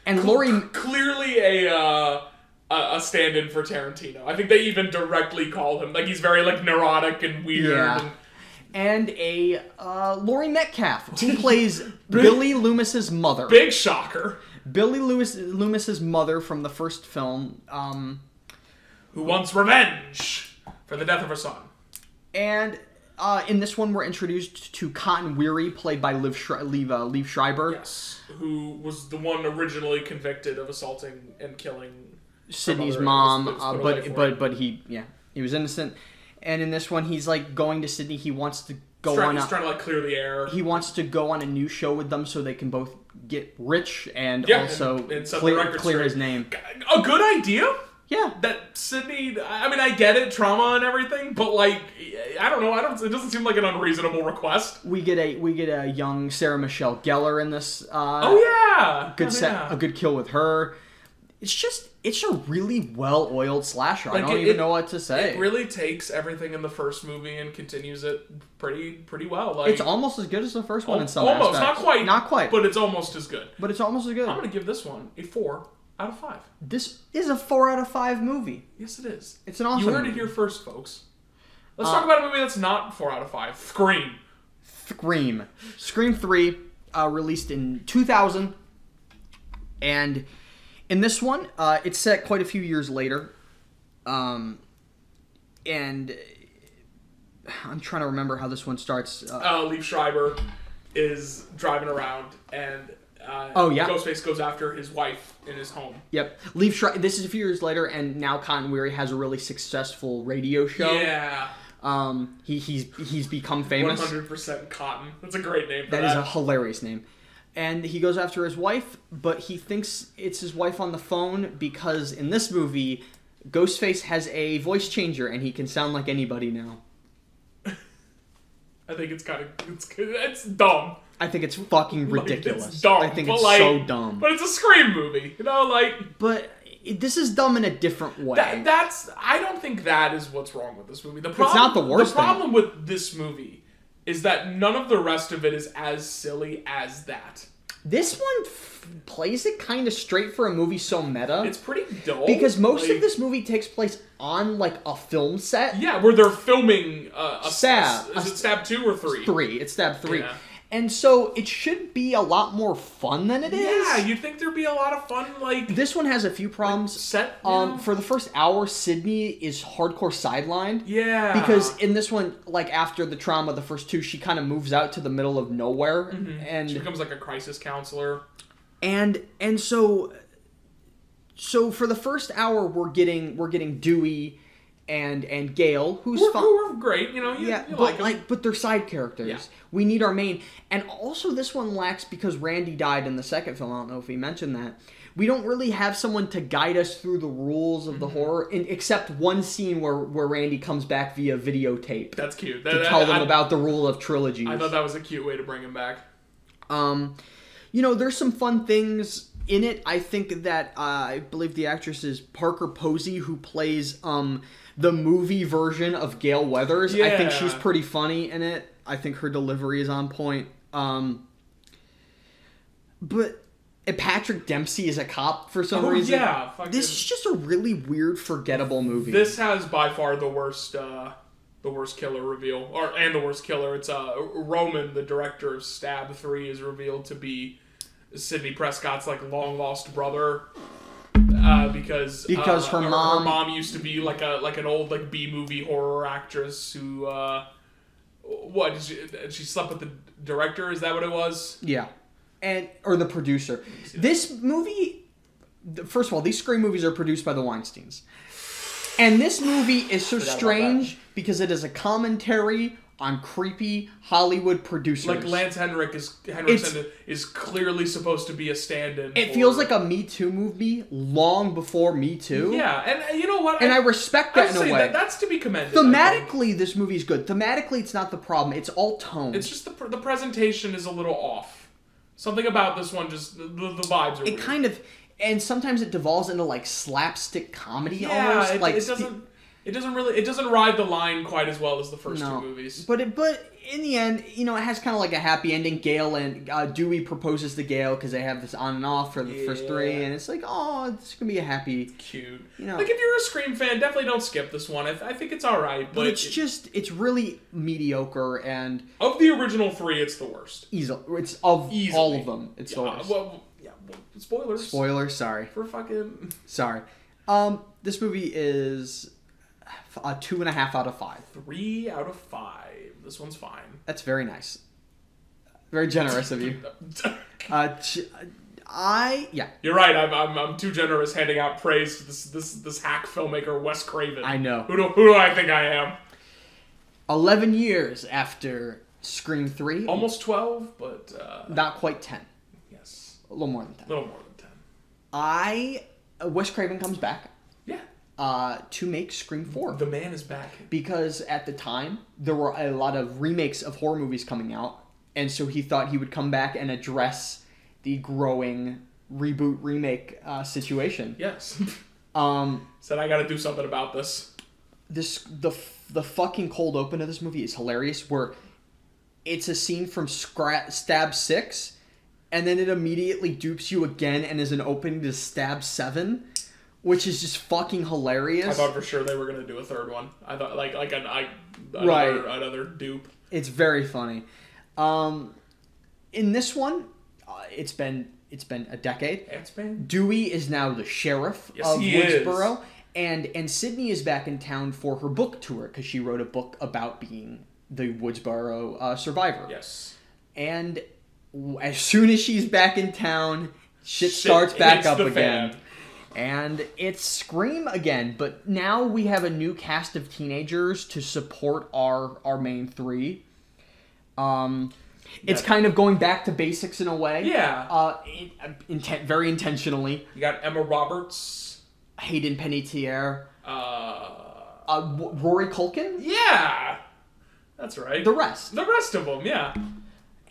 Speaker 1: And Laurie,
Speaker 2: Clearly a, uh, a a stand-in for Tarantino. I think they even directly call him like he's very like neurotic and weird.
Speaker 1: Yeah. and
Speaker 2: And,
Speaker 1: a uh, Laurie Metcalf who plays Billy Loomis's mother.
Speaker 2: big shocker.
Speaker 1: Billy Loomis Loomis's mother from the first film, um,
Speaker 2: Who wants revenge for the death of her son?
Speaker 1: and uh, in this one we're introduced to Cotton Weary, played by Liv Shri- Liv, uh, Liv Schreiber,
Speaker 2: Yes. Who was the one originally convicted of assaulting and killing
Speaker 1: Sydney's
Speaker 2: mother
Speaker 1: mom.
Speaker 2: was- was
Speaker 1: uh,
Speaker 2: put away for
Speaker 1: but but
Speaker 2: it.
Speaker 1: but he yeah he was innocent, and in this one he's like going to Sydney. He wants to go
Speaker 2: Try-
Speaker 1: on
Speaker 2: he's
Speaker 1: a,
Speaker 2: trying to like clear the air.
Speaker 1: he wants to go on a new show with them so they can both get rich and
Speaker 2: Yeah,
Speaker 1: also
Speaker 2: and- and set the
Speaker 1: clear,
Speaker 2: record
Speaker 1: clear
Speaker 2: straight.
Speaker 1: his name.
Speaker 2: a good idea
Speaker 1: Yeah,
Speaker 2: that Sydney. I mean, I get it, trauma and everything, but like, I don't know. I don't. It doesn't seem like an unreasonable request.
Speaker 1: we get a we get a young Sarah Michelle Gellar in this. Uh,
Speaker 2: Oh yeah,
Speaker 1: good
Speaker 2: Oh,
Speaker 1: set,
Speaker 2: yeah.
Speaker 1: a good kill with her. It's just it's a really well oiled slasher. I
Speaker 2: Like,
Speaker 1: don't
Speaker 2: it-
Speaker 1: even
Speaker 2: it-
Speaker 1: know what to say.
Speaker 2: It really takes everything in the first movie and continues it pretty pretty well. Like
Speaker 1: it's almost as good as the first one in some
Speaker 2: almost not
Speaker 1: aspects.
Speaker 2: quite,
Speaker 1: not quite, but,
Speaker 2: but it's almost as good.
Speaker 1: it's almost as good.
Speaker 2: I'm gonna give this one a four out of five.
Speaker 1: This is a four out of five movie.
Speaker 2: Yes, it is.
Speaker 1: It's an awesome. Uh,
Speaker 2: You heard it
Speaker 1: movie.
Speaker 2: here first, folks. Let's talk about a movie that's not four out of five. Scream.
Speaker 1: Scream. Scream 3, uh, released in 2000. And in this one, uh, it's set quite a few years later. Um, and uh, I'm trying to remember how this one starts. Uh,
Speaker 2: uh, Leaf Schreiber is driving around and uh, uh,
Speaker 1: Oh, yeah.
Speaker 2: Ghostface goes after his wife in his home.
Speaker 1: Yep. Leave Shri- This is a few years later, and now Cotton Weary has a really successful radio show.
Speaker 2: Yeah,
Speaker 1: Um, he, he's he's become
Speaker 2: one
Speaker 1: famous.
Speaker 2: hundred percent Cotton. That's a great name. For
Speaker 1: That is a hilarious name. And he goes after his wife, but he thinks it's his wife on the phone because in this movie, Ghostface has a voice changer and he can sound like anybody now.
Speaker 2: I think it's kind of it's it's dumb.
Speaker 1: I think it's fucking
Speaker 2: Like,
Speaker 1: ridiculous.
Speaker 2: it's dumb.
Speaker 1: I think
Speaker 2: but
Speaker 1: it's
Speaker 2: like,
Speaker 1: so dumb.
Speaker 2: But it's a scream movie, you know. Like
Speaker 1: But it- this is dumb in a different way.
Speaker 2: that, that's I don't think that is what's wrong with this movie. The problem,
Speaker 1: not the worst
Speaker 2: The
Speaker 1: thing.
Speaker 2: problem with this movie is that none of the rest of it is as silly as that.
Speaker 1: this one f- plays it kind of straight for a movie so meta.
Speaker 2: It's pretty dull
Speaker 1: because most
Speaker 2: like-
Speaker 1: of this movie takes place on like a film set.
Speaker 2: Yeah, where they're filming uh, a
Speaker 1: Stab.
Speaker 2: Is it stab two or three?
Speaker 1: Three. It's stab three.
Speaker 2: Yeah.
Speaker 1: And so it should be a lot more fun than it is.
Speaker 2: Yeah, you'd think there'd be a lot of fun like
Speaker 1: This one has a few problems.
Speaker 2: set. you know?
Speaker 1: Um, for the first hour, Sydney is hardcore sidelined.
Speaker 2: yeah,
Speaker 1: Because in this one, like after the trauma, the first two, she kind of moves out to the middle of nowhere, and
Speaker 2: Mm-hmm. she becomes like a crisis counselor.
Speaker 1: and and so so for the first hour, we're getting we're getting Dewey and and Gail, who's
Speaker 2: Who
Speaker 1: fun.
Speaker 2: who are great, you know. You,
Speaker 1: Yeah,
Speaker 2: you
Speaker 1: but
Speaker 2: like,
Speaker 1: like,
Speaker 2: 'em.
Speaker 1: but they're side characters.
Speaker 2: Yeah.
Speaker 1: We need our main, and also this one lacks because Randy died in the second film. I don't know if we mentioned that. We don't really have someone to guide us through the rules of the
Speaker 2: Mm-hmm.
Speaker 1: horror, in, except one scene where where Randy comes back via videotape
Speaker 2: that's cute.
Speaker 1: to
Speaker 2: That-
Speaker 1: tell
Speaker 2: I-
Speaker 1: them
Speaker 2: I-
Speaker 1: about the rule of trilogies.
Speaker 2: I thought that was a cute way to bring him back.
Speaker 1: Um, you know, there's some fun things in it. I think that uh, I believe the actress is Parker Posey, who plays um, the movie version of Gail Weathers. I think she's
Speaker 2: Yeah.
Speaker 1: pretty funny in it. I think her delivery is on point. Um, but and Patrick Dempsey is a cop for some
Speaker 2: Oh,
Speaker 1: reason.
Speaker 2: yeah, fucking-
Speaker 1: This is just a really weird, forgettable movie.
Speaker 2: This has by far the worst, uh, the worst killer reveal, or and the worst killer. It's uh, Roman, the director of Stab Three, is revealed to be Sidney Prescott's like long lost brother. Uh, because
Speaker 1: Because
Speaker 2: uh,
Speaker 1: her mom-
Speaker 2: used to be like a like an old like B movie horror actress who uh, what did she, she slept with the director is that what it was
Speaker 1: Yeah, and or the producer. This movie, th- first of all, these Scream movies are produced by the Weinstein's, and this movie is so
Speaker 2: about
Speaker 1: strange because it is a commentary on creepy Hollywood producers.
Speaker 2: like Lance Henrik is Henriksen is clearly supposed to be a stand-in
Speaker 1: it feels
Speaker 2: for-
Speaker 1: like a Me Too movie long before Me Too.
Speaker 2: yeah and uh, you know what
Speaker 1: and I respect
Speaker 2: I
Speaker 1: that
Speaker 2: would
Speaker 1: in a
Speaker 2: say
Speaker 1: way.
Speaker 2: That, that's to be commended. I think.
Speaker 1: Thematically, this movie's good. Thematically, it's not the problem. It's all tone.
Speaker 2: it's just the pr- the presentation is a little off. Something about this one just the, the the vibes are.
Speaker 1: it kind of, and sometimes it devolves into like slapstick comedy
Speaker 2: yeah,
Speaker 1: almost.
Speaker 2: it,
Speaker 1: like
Speaker 2: it doesn't it doesn't really it doesn't ride the line quite as well as the first
Speaker 1: No.
Speaker 2: two movies.
Speaker 1: But it, but in the end, you know, it has kind of like a happy ending. Gail and uh, Dewey proposes to Gail because they have this on and off for the first three,
Speaker 2: Yeah.
Speaker 1: and it's like, oh, it's gonna be a happy.
Speaker 2: Cute.
Speaker 1: You know-
Speaker 2: like if you're a Scream fan, definitely don't skip this one. I, th- I think it's all right, but,
Speaker 1: But it's just it's really mediocre and
Speaker 2: of the original three, it's the worst.
Speaker 1: easy. It's of all
Speaker 2: Easily.
Speaker 1: of them. It's the
Speaker 2: Uh,
Speaker 1: worst.
Speaker 2: well, yeah, well, spoilers
Speaker 1: Spoiler. Sorry,
Speaker 2: for fucking
Speaker 1: sorry. Um, this movie is a two and a half out of five.
Speaker 2: three out of five. This one's fine.
Speaker 1: That's very nice. Very generous of you. Uh, ch- I yeah.
Speaker 2: You're right. I'm, I'm, I'm too generous handing out praise to this this this hack filmmaker Wes Craven.
Speaker 1: I know.
Speaker 2: Who do, who do I think I am?
Speaker 1: 11 years after Scream 3.
Speaker 2: Almost twelve, but uh,
Speaker 1: Not quite 10.
Speaker 2: yes,
Speaker 1: A little more than
Speaker 2: a
Speaker 1: 10.
Speaker 2: little more than ten.
Speaker 1: I. uh, Wes Craven comes back
Speaker 2: Yeah,
Speaker 1: uh, to make Scream 4.
Speaker 2: the man is back.
Speaker 1: because at the time, there were a lot of remakes of horror movies coming out. And so he thought he would come back and address the growing reboot remake uh, situation.
Speaker 2: Yes,
Speaker 1: Um,
Speaker 2: said I got to do something about this.
Speaker 1: this the the fucking cold open of this movie is hilarious where it's a scene from Scra- stab 6 and then it immediately dupes you again and is an opening to stab 7 which is just fucking
Speaker 2: I
Speaker 1: hilarious
Speaker 2: thought for sure they were gonna do a third one. I thought like like an I another,
Speaker 1: Right.
Speaker 2: another dupe.
Speaker 1: it's very funny um in this one uh, it's been it's been a decade
Speaker 2: Ants man.
Speaker 1: dewey is now the sheriff
Speaker 2: Yes,
Speaker 1: of
Speaker 2: he is.
Speaker 1: woodsboro and and sydney is back in town for her book tour because she wrote a book about being the woodsboro uh, survivor
Speaker 2: Yes,
Speaker 1: and as soon as she's back in town, shit,
Speaker 2: Shit
Speaker 1: starts back
Speaker 2: hits
Speaker 1: up
Speaker 2: the
Speaker 1: again.
Speaker 2: fan.
Speaker 1: And it's Scream again, but now we have a new cast of teenagers to support our our main three. Um, it's
Speaker 2: Yeah.
Speaker 1: kind of going back to basics in a way.
Speaker 2: Yeah.
Speaker 1: Uh, in, intent very intentionally.
Speaker 2: You got Emma Roberts.
Speaker 1: Hayden Panettiere,
Speaker 2: Uh,
Speaker 1: uh, W- Rory Culkin,
Speaker 2: yeah, that's right.
Speaker 1: the rest.
Speaker 2: The rest of them, yeah.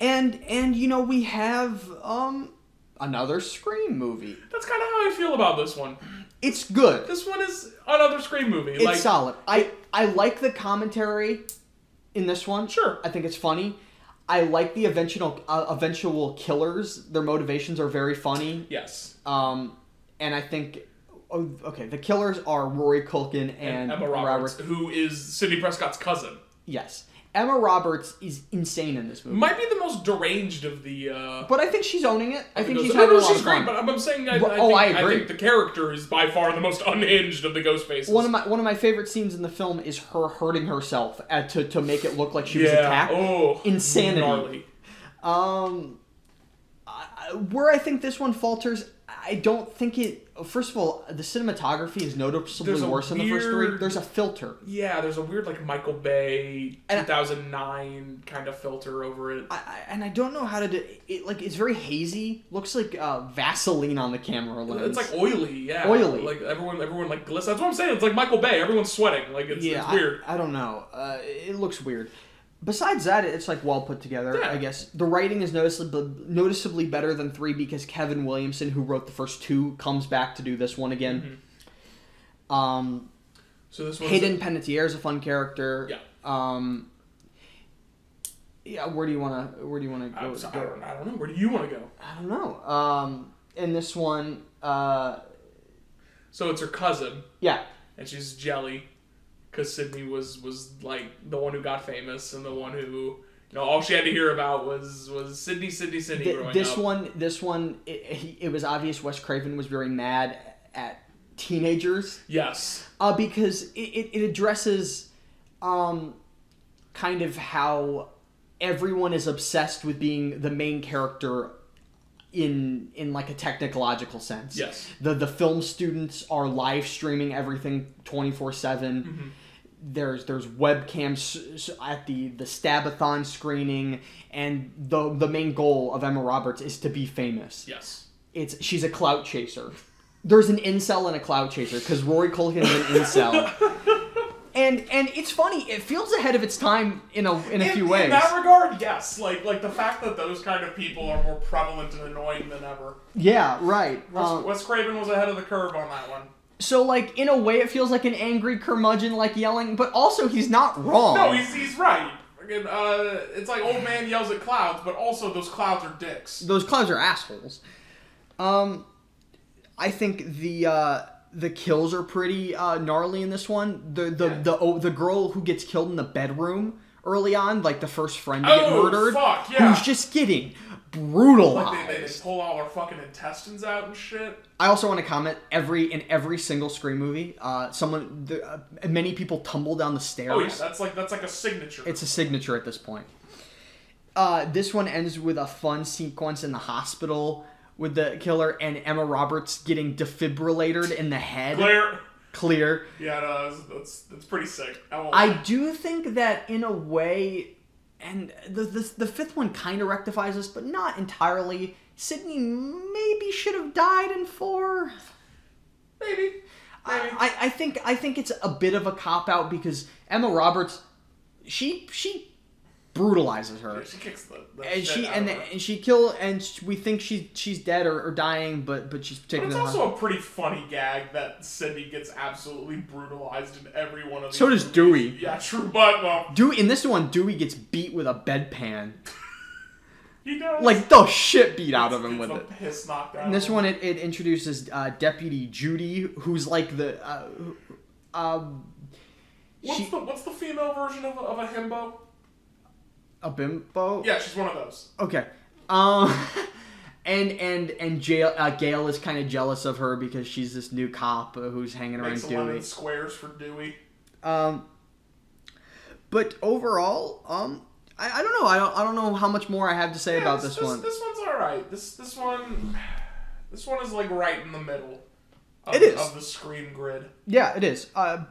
Speaker 1: And and you know we have um another Scream movie.
Speaker 2: That's kind of how I feel about this one.
Speaker 1: It's good.
Speaker 2: This one is another Scream movie.
Speaker 1: It's
Speaker 2: like,
Speaker 1: solid. I I like the commentary in this one.
Speaker 2: Sure.
Speaker 1: I think it's funny. I like the eventual uh, eventual killers. Their motivations are very funny.
Speaker 2: Yes.
Speaker 1: Um, and I think oh, okay, the killers are Rory Culkin and,
Speaker 2: Emma Roberts, who is Sidney Prescott's cousin,
Speaker 1: Yes, Emma Roberts is insane in this movie.
Speaker 2: might be the most deranged of the. Uh,
Speaker 1: but I think she's owning it. I think
Speaker 2: Ghost-
Speaker 1: she's
Speaker 2: no,
Speaker 1: having
Speaker 2: no,
Speaker 1: a lot
Speaker 2: she's
Speaker 1: of
Speaker 2: great,
Speaker 1: fun.
Speaker 2: but I'm, I'm saying I,
Speaker 1: But-
Speaker 2: I
Speaker 1: oh,
Speaker 2: think,
Speaker 1: I
Speaker 2: I
Speaker 1: agree.
Speaker 2: think the character is by far the most unhinged of the ghost faces.
Speaker 1: one of my one of my favorite scenes in the film is her hurting herself at, to to make it look like she was
Speaker 2: yeah.
Speaker 1: attacked.
Speaker 2: Oh,
Speaker 1: Insanity.
Speaker 2: Gnarly.
Speaker 1: Um, I, I- where I think this one falters, I don't think it. First of all, the cinematography is noticeably
Speaker 2: There's a
Speaker 1: worse in the first three.
Speaker 2: weird-
Speaker 1: There's a filter.
Speaker 2: Yeah, there's a weird like Michael Bay
Speaker 1: And I-
Speaker 2: 2009 kind of filter over it.
Speaker 1: I, I, and I don't know how to do it. Like it's very hazy. Looks like uh, Vaseline on the camera lens.
Speaker 2: It's like oily, yeah.
Speaker 1: Oily.
Speaker 2: Like everyone, everyone like glisten. That's what I'm saying. It's like Michael Bay. Everyone's sweating. Like it's,
Speaker 1: yeah,
Speaker 2: it's
Speaker 1: I-
Speaker 2: weird.
Speaker 1: I, don't know. Uh, it looks weird. Besides that, it's like well put together.
Speaker 2: Yeah.
Speaker 1: I guess the writing is noticeably noticeably better than three because Kevin Williamson, who wrote the first two, comes back to do this one again. Um,
Speaker 2: so this one's
Speaker 1: Hayden Panettiere is a fun character.
Speaker 2: Yeah.
Speaker 1: Um. Yeah. Where do you wanna? Where do you wanna go?
Speaker 2: I'm sorry, I, don't, I don't know. Where do you want to go?
Speaker 1: I don't know. Um. In this one, uh,
Speaker 2: So it's her cousin,
Speaker 1: yeah,
Speaker 2: and she's jelly, because Sydney was was like the one who got famous and the one who. You know, all she had to hear about was was Sydney, Sydney, Sydney
Speaker 1: Th-
Speaker 2: growing
Speaker 1: this
Speaker 2: up.
Speaker 1: one, this one, it, he- it was obvious Wes Craven was very mad at teenagers
Speaker 2: Yes.
Speaker 1: uh, because it, it, it addresses, um, kind of how everyone is obsessed with being the main character in in like a technological sense.
Speaker 2: Yes.
Speaker 1: the the film students are live streaming everything 24 7
Speaker 2: Mm-hmm.
Speaker 1: there's there's webcams s- s- at the the stabathon screening and the the main goal of emma roberts is to be famous
Speaker 2: Yes.
Speaker 1: it's she's a clout chaser there's an incel and a clout chaser because rory culkin's an incel and and it's funny it feels ahead of its time in a in a few ways
Speaker 2: In that regard, yes. Like like the fact that those kind of people are more prevalent and annoying than ever.
Speaker 1: yeah right Um,
Speaker 2: Wes Craven was ahead of the curve on that one.
Speaker 1: so like in a way it feels like an angry curmudgeon like yelling but also he's not wrong
Speaker 2: No, Oh, he's, he's right. Again, uh, it's like old man yells at clouds, but also those clouds are dicks.
Speaker 1: those clowns are assholes. Um, I think the uh, the kills are pretty uh, gnarly in this one. The the
Speaker 2: Yeah.
Speaker 1: the oh, the girl who gets killed in the bedroom early on, like the first friend to get
Speaker 2: Oh,
Speaker 1: murdered,
Speaker 2: fuck, yeah.
Speaker 1: who's just getting
Speaker 2: Like
Speaker 1: brutalized.
Speaker 2: they, they, they pull all our fucking intestines out and shit.
Speaker 1: I also want to comment every in every single scream movie, uh, someone the, uh, many people tumble down the stairs.
Speaker 2: Oh yeah, that's like that's like a signature.
Speaker 1: it's a signature at this point. Uh, this one ends with a fun sequence in the hospital with the killer and Emma Roberts getting defibrillated in the head.
Speaker 2: Blair.
Speaker 1: Clear.
Speaker 2: Yeah, no, that's, that's that's pretty sick. I won't.
Speaker 1: I do think that in a way, and the the, the fifth one kind of rectifies this, but not entirely. Sydney maybe should have died in four.
Speaker 2: maybe. Maybe.
Speaker 1: I, I think I think it's a bit of a cop out because Emma Roberts, she she brutalizes her.
Speaker 2: she kicks the, the
Speaker 1: and
Speaker 2: shit
Speaker 1: she
Speaker 2: out
Speaker 1: and,
Speaker 2: of her.
Speaker 1: and she kill and sh- we think she's she's dead or, or dying but but she's
Speaker 2: But
Speaker 1: taken
Speaker 2: it's
Speaker 1: to the
Speaker 2: also a pretty funny gag that Sydney gets absolutely brutalized in every one of these.
Speaker 1: So does
Speaker 2: movies.
Speaker 1: Dewey.
Speaker 2: Yeah, true, but well,
Speaker 1: Dewey in this one Dewey gets beat with a bedpan
Speaker 2: you know,
Speaker 1: like the shit beat out of
Speaker 2: it's-
Speaker 1: him
Speaker 2: it's
Speaker 1: with
Speaker 2: a
Speaker 1: it
Speaker 2: Piss knocked out.
Speaker 1: in this
Speaker 2: of him.
Speaker 1: one it, it introduces uh, deputy Judy who's like the uh, who- um
Speaker 2: What's
Speaker 1: she,
Speaker 2: the what's the female version of a, of a himbo?
Speaker 1: a bimbo
Speaker 2: Yeah, she's one of those.
Speaker 1: okay um and and and Jail, uh, Gail is kind of jealous of her because she's this new cop uh, who's hanging around
Speaker 2: Makes
Speaker 1: Dewey
Speaker 2: eleven squares for Dewey.
Speaker 1: Um, but overall, um, I, I don't know. I don't I don't know how much more I have to say
Speaker 2: Yeah,
Speaker 1: about this, one.
Speaker 2: This one's all right. This this one, this one is like right in the middle. Of,
Speaker 1: It is.
Speaker 2: of the screen grid.
Speaker 1: Yeah, it is. Uh,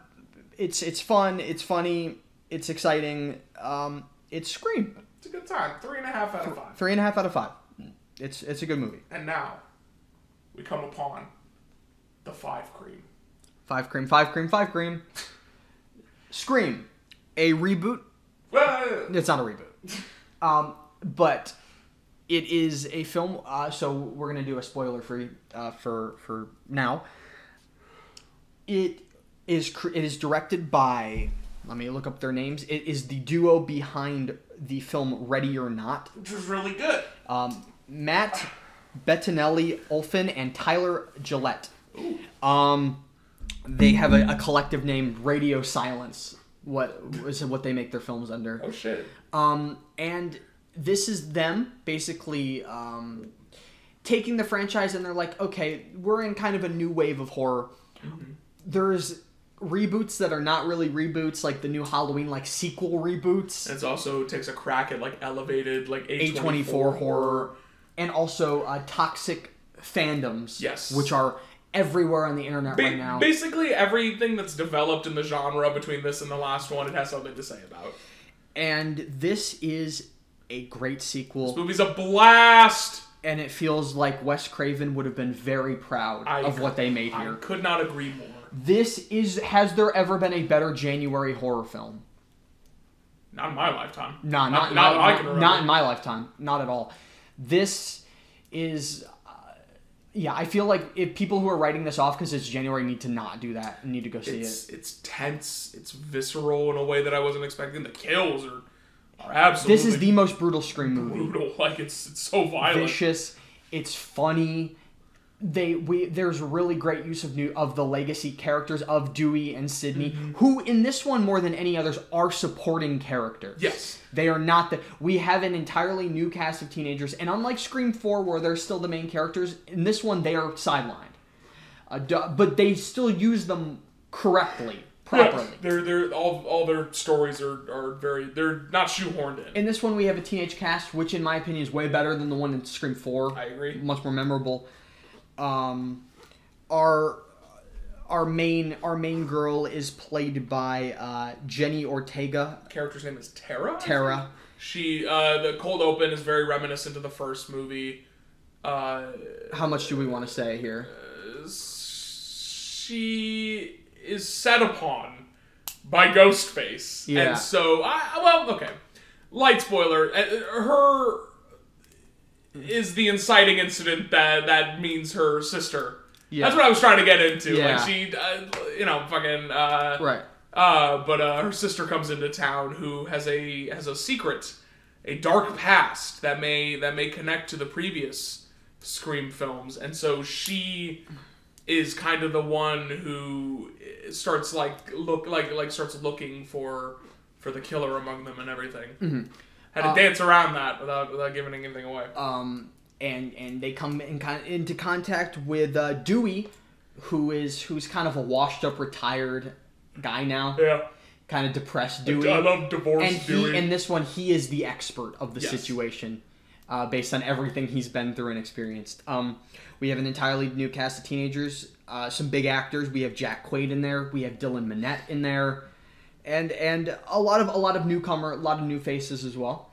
Speaker 1: it's it's fun. It's funny. It's exciting. Um, it's Scream.
Speaker 2: It's a good time. Three and a half out of five.
Speaker 1: Three and a half out of five. It's it's a good movie.
Speaker 2: And now, we come upon the five cream.
Speaker 1: Five cream. Five cream. Five cream. Scream, a reboot.
Speaker 2: Well,
Speaker 1: It's not a reboot. Um, but it is a film. Uh, so we're gonna do a spoiler free uh, for for now. It is cr- it is directed by. Let me look up their names. It is the duo behind the film Ready or Not.
Speaker 2: which was really good.
Speaker 1: Um, Matt Bettinelli Olfin and Tyler Gillette. Um, they have a, a collective named Radio Silence. What is what they make their films under?
Speaker 2: Oh shit.
Speaker 1: Um, and this is them basically um, taking the franchise, and they're like, okay, we're in kind of a new wave of horror.
Speaker 2: Mm-hmm.
Speaker 1: There's reboots that are not really reboots, like the new Halloween, like sequel reboots,
Speaker 2: It's also takes a crack at like elevated like
Speaker 1: A twenty four horror, and also uh, toxic fandoms,
Speaker 2: Yes.
Speaker 1: which are everywhere on the internet
Speaker 2: Ba-
Speaker 1: right now.
Speaker 2: Basically, everything that's developed in the genre between this and the last one, it has something to say about.
Speaker 1: and this is a great sequel.
Speaker 2: This movie's a blast.
Speaker 1: and it feels like Wes Craven would have been very proud
Speaker 2: I-
Speaker 1: of what they made
Speaker 2: I
Speaker 1: here.
Speaker 2: could not agree more.
Speaker 1: This is has there ever been a better January horror film?
Speaker 2: Not in my lifetime.
Speaker 1: No, not
Speaker 2: not, not
Speaker 1: not,
Speaker 2: I can remember.
Speaker 1: not in my lifetime, not at all. This is uh, yeah, I feel like if people who are writing this off because it's January need to not do that and need to go see it.
Speaker 2: It's it's tense. It's visceral in a way that I wasn't expecting. The kills are are absolutely
Speaker 1: This is the most brutal Scream movie.
Speaker 2: brutal. Like it's it's so violent.
Speaker 1: vicious. It's funny. They we there's really great use of new of the legacy characters of Dewey and Sydney,
Speaker 2: Mm-hmm.
Speaker 1: who in this one more than any others are supporting characters.
Speaker 2: Yes.
Speaker 1: they are not the. We have an entirely new cast of teenagers, and unlike Scream Four, where they're still the main characters, in this one they are sidelined. Uh, du- but they still use them correctly,
Speaker 2: Yeah,
Speaker 1: properly.
Speaker 2: they're they're all all their stories are, are very they're not shoehorned in.
Speaker 1: In this one, we have a teenage cast, which in my opinion is way better than the one in Scream Four.
Speaker 2: I agree.
Speaker 1: Much more memorable. Um, our our main our main girl is played by uh, Jenny Ortega.
Speaker 2: character's name is Tara. I
Speaker 1: Tara.
Speaker 2: think? She uh, the cold open is very reminiscent of the first movie. Uh,
Speaker 1: How much do we want to say here?
Speaker 2: she is set upon by Ghostface,
Speaker 1: Yeah.
Speaker 2: and so I I- well okay. Light spoiler: uh, her is the inciting incident that that means her sister.
Speaker 1: Yeah.
Speaker 2: That's what I was trying to get into.
Speaker 1: Yeah.
Speaker 2: Like she, uh, you know, fucking. Uh,
Speaker 1: Right.
Speaker 2: Uh, but uh, her sister comes into town, who has a has a secret, a dark past that may that may connect to the previous Scream films, and so she is kind of the one who starts like look like like starts looking for for the killer among them and everything.
Speaker 1: Mm-hmm.
Speaker 2: Had
Speaker 1: Uh,
Speaker 2: to dance around that without without giving anything away.
Speaker 1: Um, and and they come in con- into contact with uh, Dewey, who is who's kind of a washed up retired guy now,
Speaker 2: yeah,
Speaker 1: kind of depressed Dewey.
Speaker 2: I love divorce
Speaker 1: and
Speaker 2: Dewey.
Speaker 1: he in this one he is the expert of the
Speaker 2: Yes.
Speaker 1: situation uh, based on everything he's been through and experienced um, we have an entirely new cast of teenagers uh, some big actors we have jack quaid in there we have dylan Minnette in there and and a lot of a lot of newcomer a lot of new faces as well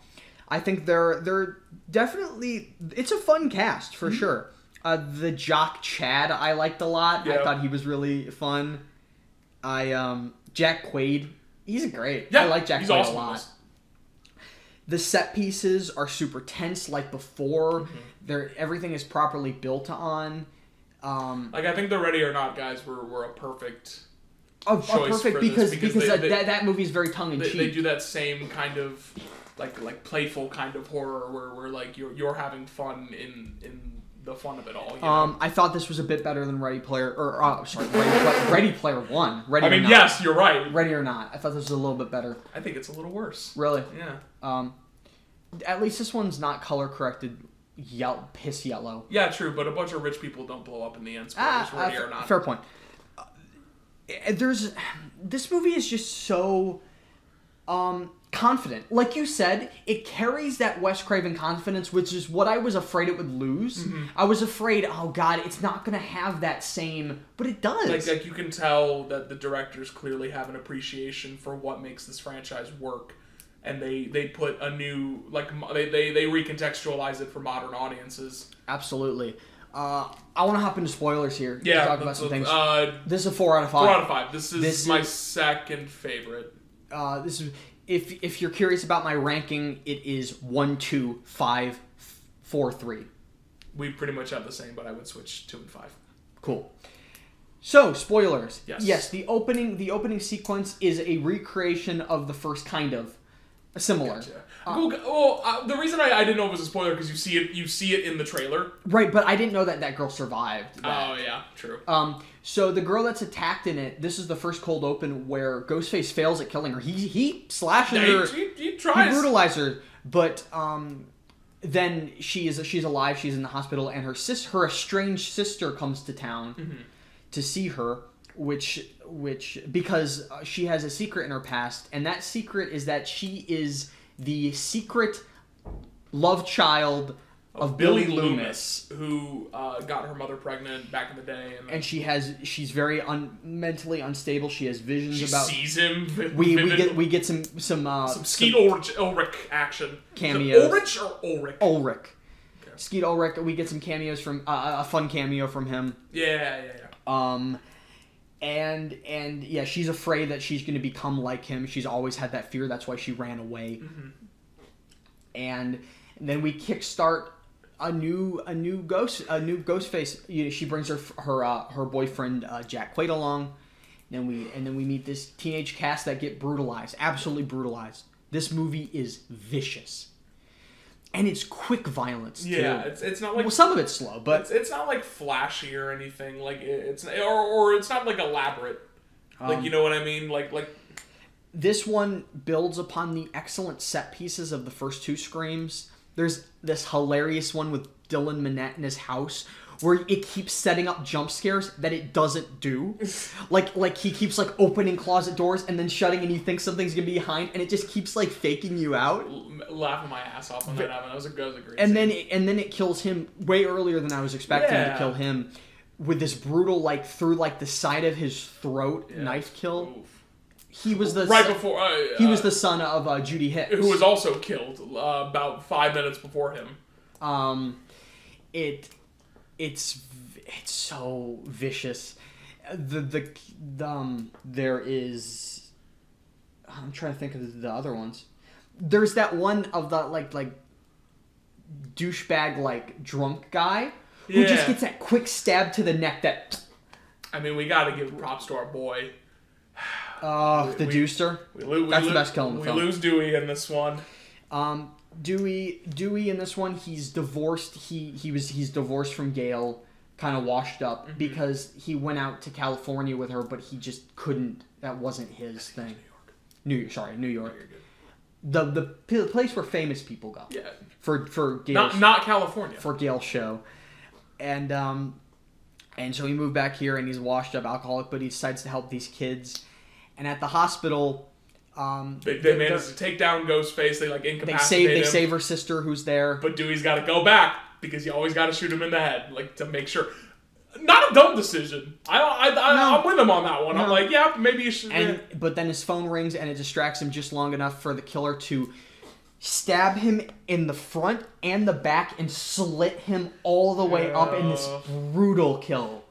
Speaker 1: i think they're they're definitely it's a fun cast
Speaker 2: Mm-hmm.
Speaker 1: for sure uh, the jock chad i liked a lot i
Speaker 2: Yeah.
Speaker 1: thought he was really fun i um jack quaid he's great
Speaker 2: yeah,
Speaker 1: i like jack
Speaker 2: he's
Speaker 1: quaid
Speaker 2: awesome
Speaker 1: a
Speaker 2: in
Speaker 1: lot
Speaker 2: this.
Speaker 1: the set pieces are super tense like before
Speaker 2: Mm-hmm.
Speaker 1: They're, everything is properly built on um
Speaker 2: Like I think the Ready or Not guys were were a perfect.
Speaker 1: a, a
Speaker 2: Choice
Speaker 1: perfect
Speaker 2: for this
Speaker 1: because because,
Speaker 2: because they-
Speaker 1: that,
Speaker 2: they-
Speaker 1: that, that movie is very tongue-in-cheek
Speaker 2: they, they do that same kind of like like playful kind of horror where where like you're you're having fun in in the fun of it all. You know?
Speaker 1: um i thought this was a bit better than ready player or uh, sorry ready, Pla- ready player one ready
Speaker 2: I
Speaker 1: or
Speaker 2: mean,
Speaker 1: not.
Speaker 2: yes, you're right.
Speaker 1: ready or not i thought this was a little bit better
Speaker 2: I think it's a little worse.
Speaker 1: really
Speaker 2: Yeah.
Speaker 1: um at least this one's not color corrected yell piss yellow
Speaker 2: Yeah, true, but a bunch of rich people don't blow up in the end. Spoilers,
Speaker 1: Ah, ah,
Speaker 2: ready
Speaker 1: f-
Speaker 2: or not.
Speaker 1: Fair Uh, point. Uh, there's this movie is just so um, confident. Like you said, it carries that Wes Craven confidence, which is what I was afraid it would lose.
Speaker 2: Mm-hmm.
Speaker 1: I was afraid, oh god, it's not gonna have that same, but it does.
Speaker 2: Like, like you can tell that the directors clearly have an appreciation for what makes this franchise work, and they they put a new like mo- they they, they recontextualize it for modern audiences.
Speaker 1: Absolutely. Uh, I want to hop into spoilers here. to
Speaker 2: Yeah,
Speaker 1: talk about
Speaker 2: that's-
Speaker 1: some things.
Speaker 2: uh,
Speaker 1: this is a four out of
Speaker 2: four
Speaker 1: five.
Speaker 2: out of five. This is
Speaker 1: This
Speaker 2: my
Speaker 1: is-
Speaker 2: second favorite.
Speaker 1: Uh, this is if if you're curious about my ranking, it is one, two, five, f- four, three.
Speaker 2: We pretty much have the same, but I would switch two and five.
Speaker 1: Cool. So spoilers.
Speaker 2: Yes.
Speaker 1: Yes. The opening the opening sequence is a recreation of the first kind of similar.
Speaker 2: Yeah.
Speaker 1: Ah.
Speaker 2: Well, g- well, uh, the reason I, I didn't know it was a spoiler because you see it you see it in the trailer.
Speaker 1: Right, but I didn't know that that girl survived. that.
Speaker 2: Oh yeah, true.
Speaker 1: Um, so the girl that's attacked in it, this is the first cold open where Ghostface fails at killing her. He he slashes
Speaker 2: Yeah,
Speaker 1: her.
Speaker 2: he, he, he
Speaker 1: he
Speaker 2: tries.
Speaker 1: brutalized her, but um, then she is she's alive. She's in the hospital, and her sis her estranged sister comes to town to see her, which which because uh, she has a secret in her past, and that secret is that she is the secret love child of, Billy Loomis.
Speaker 2: who uh, got her mother pregnant back in the day, and,
Speaker 1: And she has she's very un, mentally unstable. She has visions
Speaker 2: she
Speaker 1: about
Speaker 2: sees him. vi-
Speaker 1: we, we
Speaker 2: vivid-
Speaker 1: get we get some some uh,
Speaker 2: some Skeet Ulrich, Ulrich action.
Speaker 1: Cameos. Oh.
Speaker 2: Is it Ulrich or Ulrich?
Speaker 1: Ulrich. Skeet Ulrich, we get some cameos from uh, a fun cameo from him.
Speaker 2: Yeah, yeah, yeah.
Speaker 1: Um, and and yeah, she's afraid that she's going to become like him. She's always had that fear. That's why she ran away.
Speaker 2: Mm-hmm.
Speaker 1: And then we kickstart a new a new ghost a new ghost face. You know, she brings her her uh, her boyfriend uh, Jack Quaid along. Then we and then we meet this teenage cast that get brutalized, absolutely brutalized. This movie is vicious, and it's quick violence.
Speaker 2: Yeah,
Speaker 1: too.
Speaker 2: it's, it's not like
Speaker 1: well, some of it's slow, but
Speaker 2: it's, it's not like flashy or anything. Like it, it's or, or it's not like elaborate. Like
Speaker 1: Um,
Speaker 2: you know what I mean? Like like
Speaker 1: this one builds upon the excellent set pieces of the first two screams. There's this hilarious one with Dylan Minnette in his house where it keeps setting up jump scares that it doesn't do. Like like he keeps like opening closet doors and then shutting and you think something's going to be behind and it just keeps like faking you out.
Speaker 2: l- laughing my ass off when that happened. That was a, that was a great.
Speaker 1: And
Speaker 2: scene.
Speaker 1: then it, and then it kills him way earlier than I was expecting to
Speaker 2: Yeah.
Speaker 1: kill him with this brutal like through like the side of his throat knife kill.
Speaker 2: Oof.
Speaker 1: He was the
Speaker 2: right
Speaker 1: son-
Speaker 2: before uh,
Speaker 1: he was
Speaker 2: uh,
Speaker 1: the son of uh, Judy Hicks.
Speaker 2: who was also killed uh, about five minutes before him.
Speaker 1: um it it's it's so vicious the the the, um there is i'm trying to think of the other ones there's that one of the like like douchebag like drunk guy who just
Speaker 2: Yeah.
Speaker 1: gets that quick stab to the neck that
Speaker 2: I mean, we got to give props to our boy.
Speaker 1: uh the
Speaker 2: we-
Speaker 1: deucer
Speaker 2: We lose.
Speaker 1: That's the best kill in the
Speaker 2: We
Speaker 1: film.
Speaker 2: lose Dewey in this one.
Speaker 1: Um, Dewey, Dewey in this one, he's divorced. He he was he's divorced from Gail, kind of washed up
Speaker 2: Mm-hmm.
Speaker 1: because he went out to California with her, but he just couldn't. That wasn't his thing. New York, sorry, New
Speaker 2: Oh,
Speaker 1: York. The the p- place where famous people go
Speaker 2: Yeah,
Speaker 1: for for Gail's,
Speaker 2: not not California.
Speaker 1: for Gail's show, and um, and so he moved back here and he's washed up alcoholic, but he decides to help these kids, and at the hospital, um,
Speaker 2: they they
Speaker 1: they're-
Speaker 2: managed to take down Ghostface. They like
Speaker 1: they
Speaker 2: incapacitate
Speaker 1: save they
Speaker 2: him.
Speaker 1: save her sister who's there.
Speaker 2: But Dewey's got to go back because you always got to shoot him in the head, like to make sure. Not a dumb decision. I, I, I
Speaker 1: No.
Speaker 2: I'm with him on that one. I'm
Speaker 1: No.
Speaker 2: like, yeah, maybe you should.
Speaker 1: and but then his phone rings and it distracts him just long enough for the killer to stab him in the front and the back and slit him all the way up in this
Speaker 2: Yeah.
Speaker 1: brutal kill.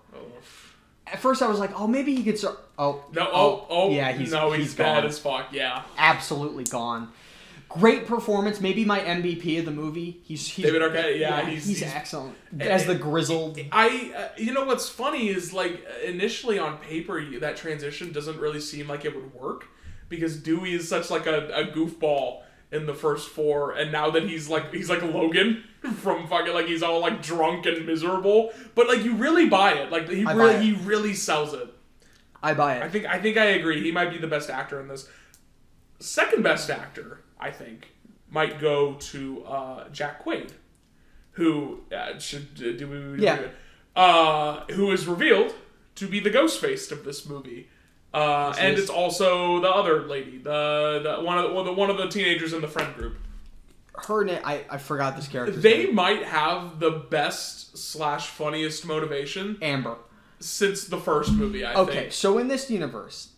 Speaker 1: At first, I was like, "Oh, maybe he gets." a- Oh,
Speaker 2: no, oh, oh,
Speaker 1: yeah, he's
Speaker 2: no,
Speaker 1: he's
Speaker 2: he's bad
Speaker 1: gone.
Speaker 2: as fuck. Yeah,
Speaker 1: absolutely gone. Great performance, maybe my MVP of the movie. He's, he's
Speaker 2: David Arquette, yeah,
Speaker 1: he's,
Speaker 2: he's- he's-
Speaker 1: excellent as the grizzled.
Speaker 2: I. Uh, you know what's funny is like initially on paper you- that transition doesn't really seem like it would work because Dewey is such like a, a goofball in the first four, and now that he's like he's like Logan from fucking like he's all like drunk and miserable, but like you really buy it. Like he
Speaker 1: I buy
Speaker 2: really
Speaker 1: it.
Speaker 2: he really sells it.
Speaker 1: I buy
Speaker 2: I
Speaker 1: it.
Speaker 2: think I think I agree. He might be the best actor in this. Second best actor, I think, might go to uh, Jack Quaid, who uh, should do we- we- we-
Speaker 1: Yeah.
Speaker 2: uh, who is revealed to be the ghost faced of this movie. Uh, and
Speaker 1: nice.
Speaker 2: it's also the other lady, the, the one of the, well, the one of the teenagers in the friend group.
Speaker 1: Her name, I, I forgot this character.
Speaker 2: They might have the best slash funniest motivation
Speaker 1: Amber.
Speaker 2: since the first movie. I
Speaker 1: Okay,
Speaker 2: think.
Speaker 1: so in this universe,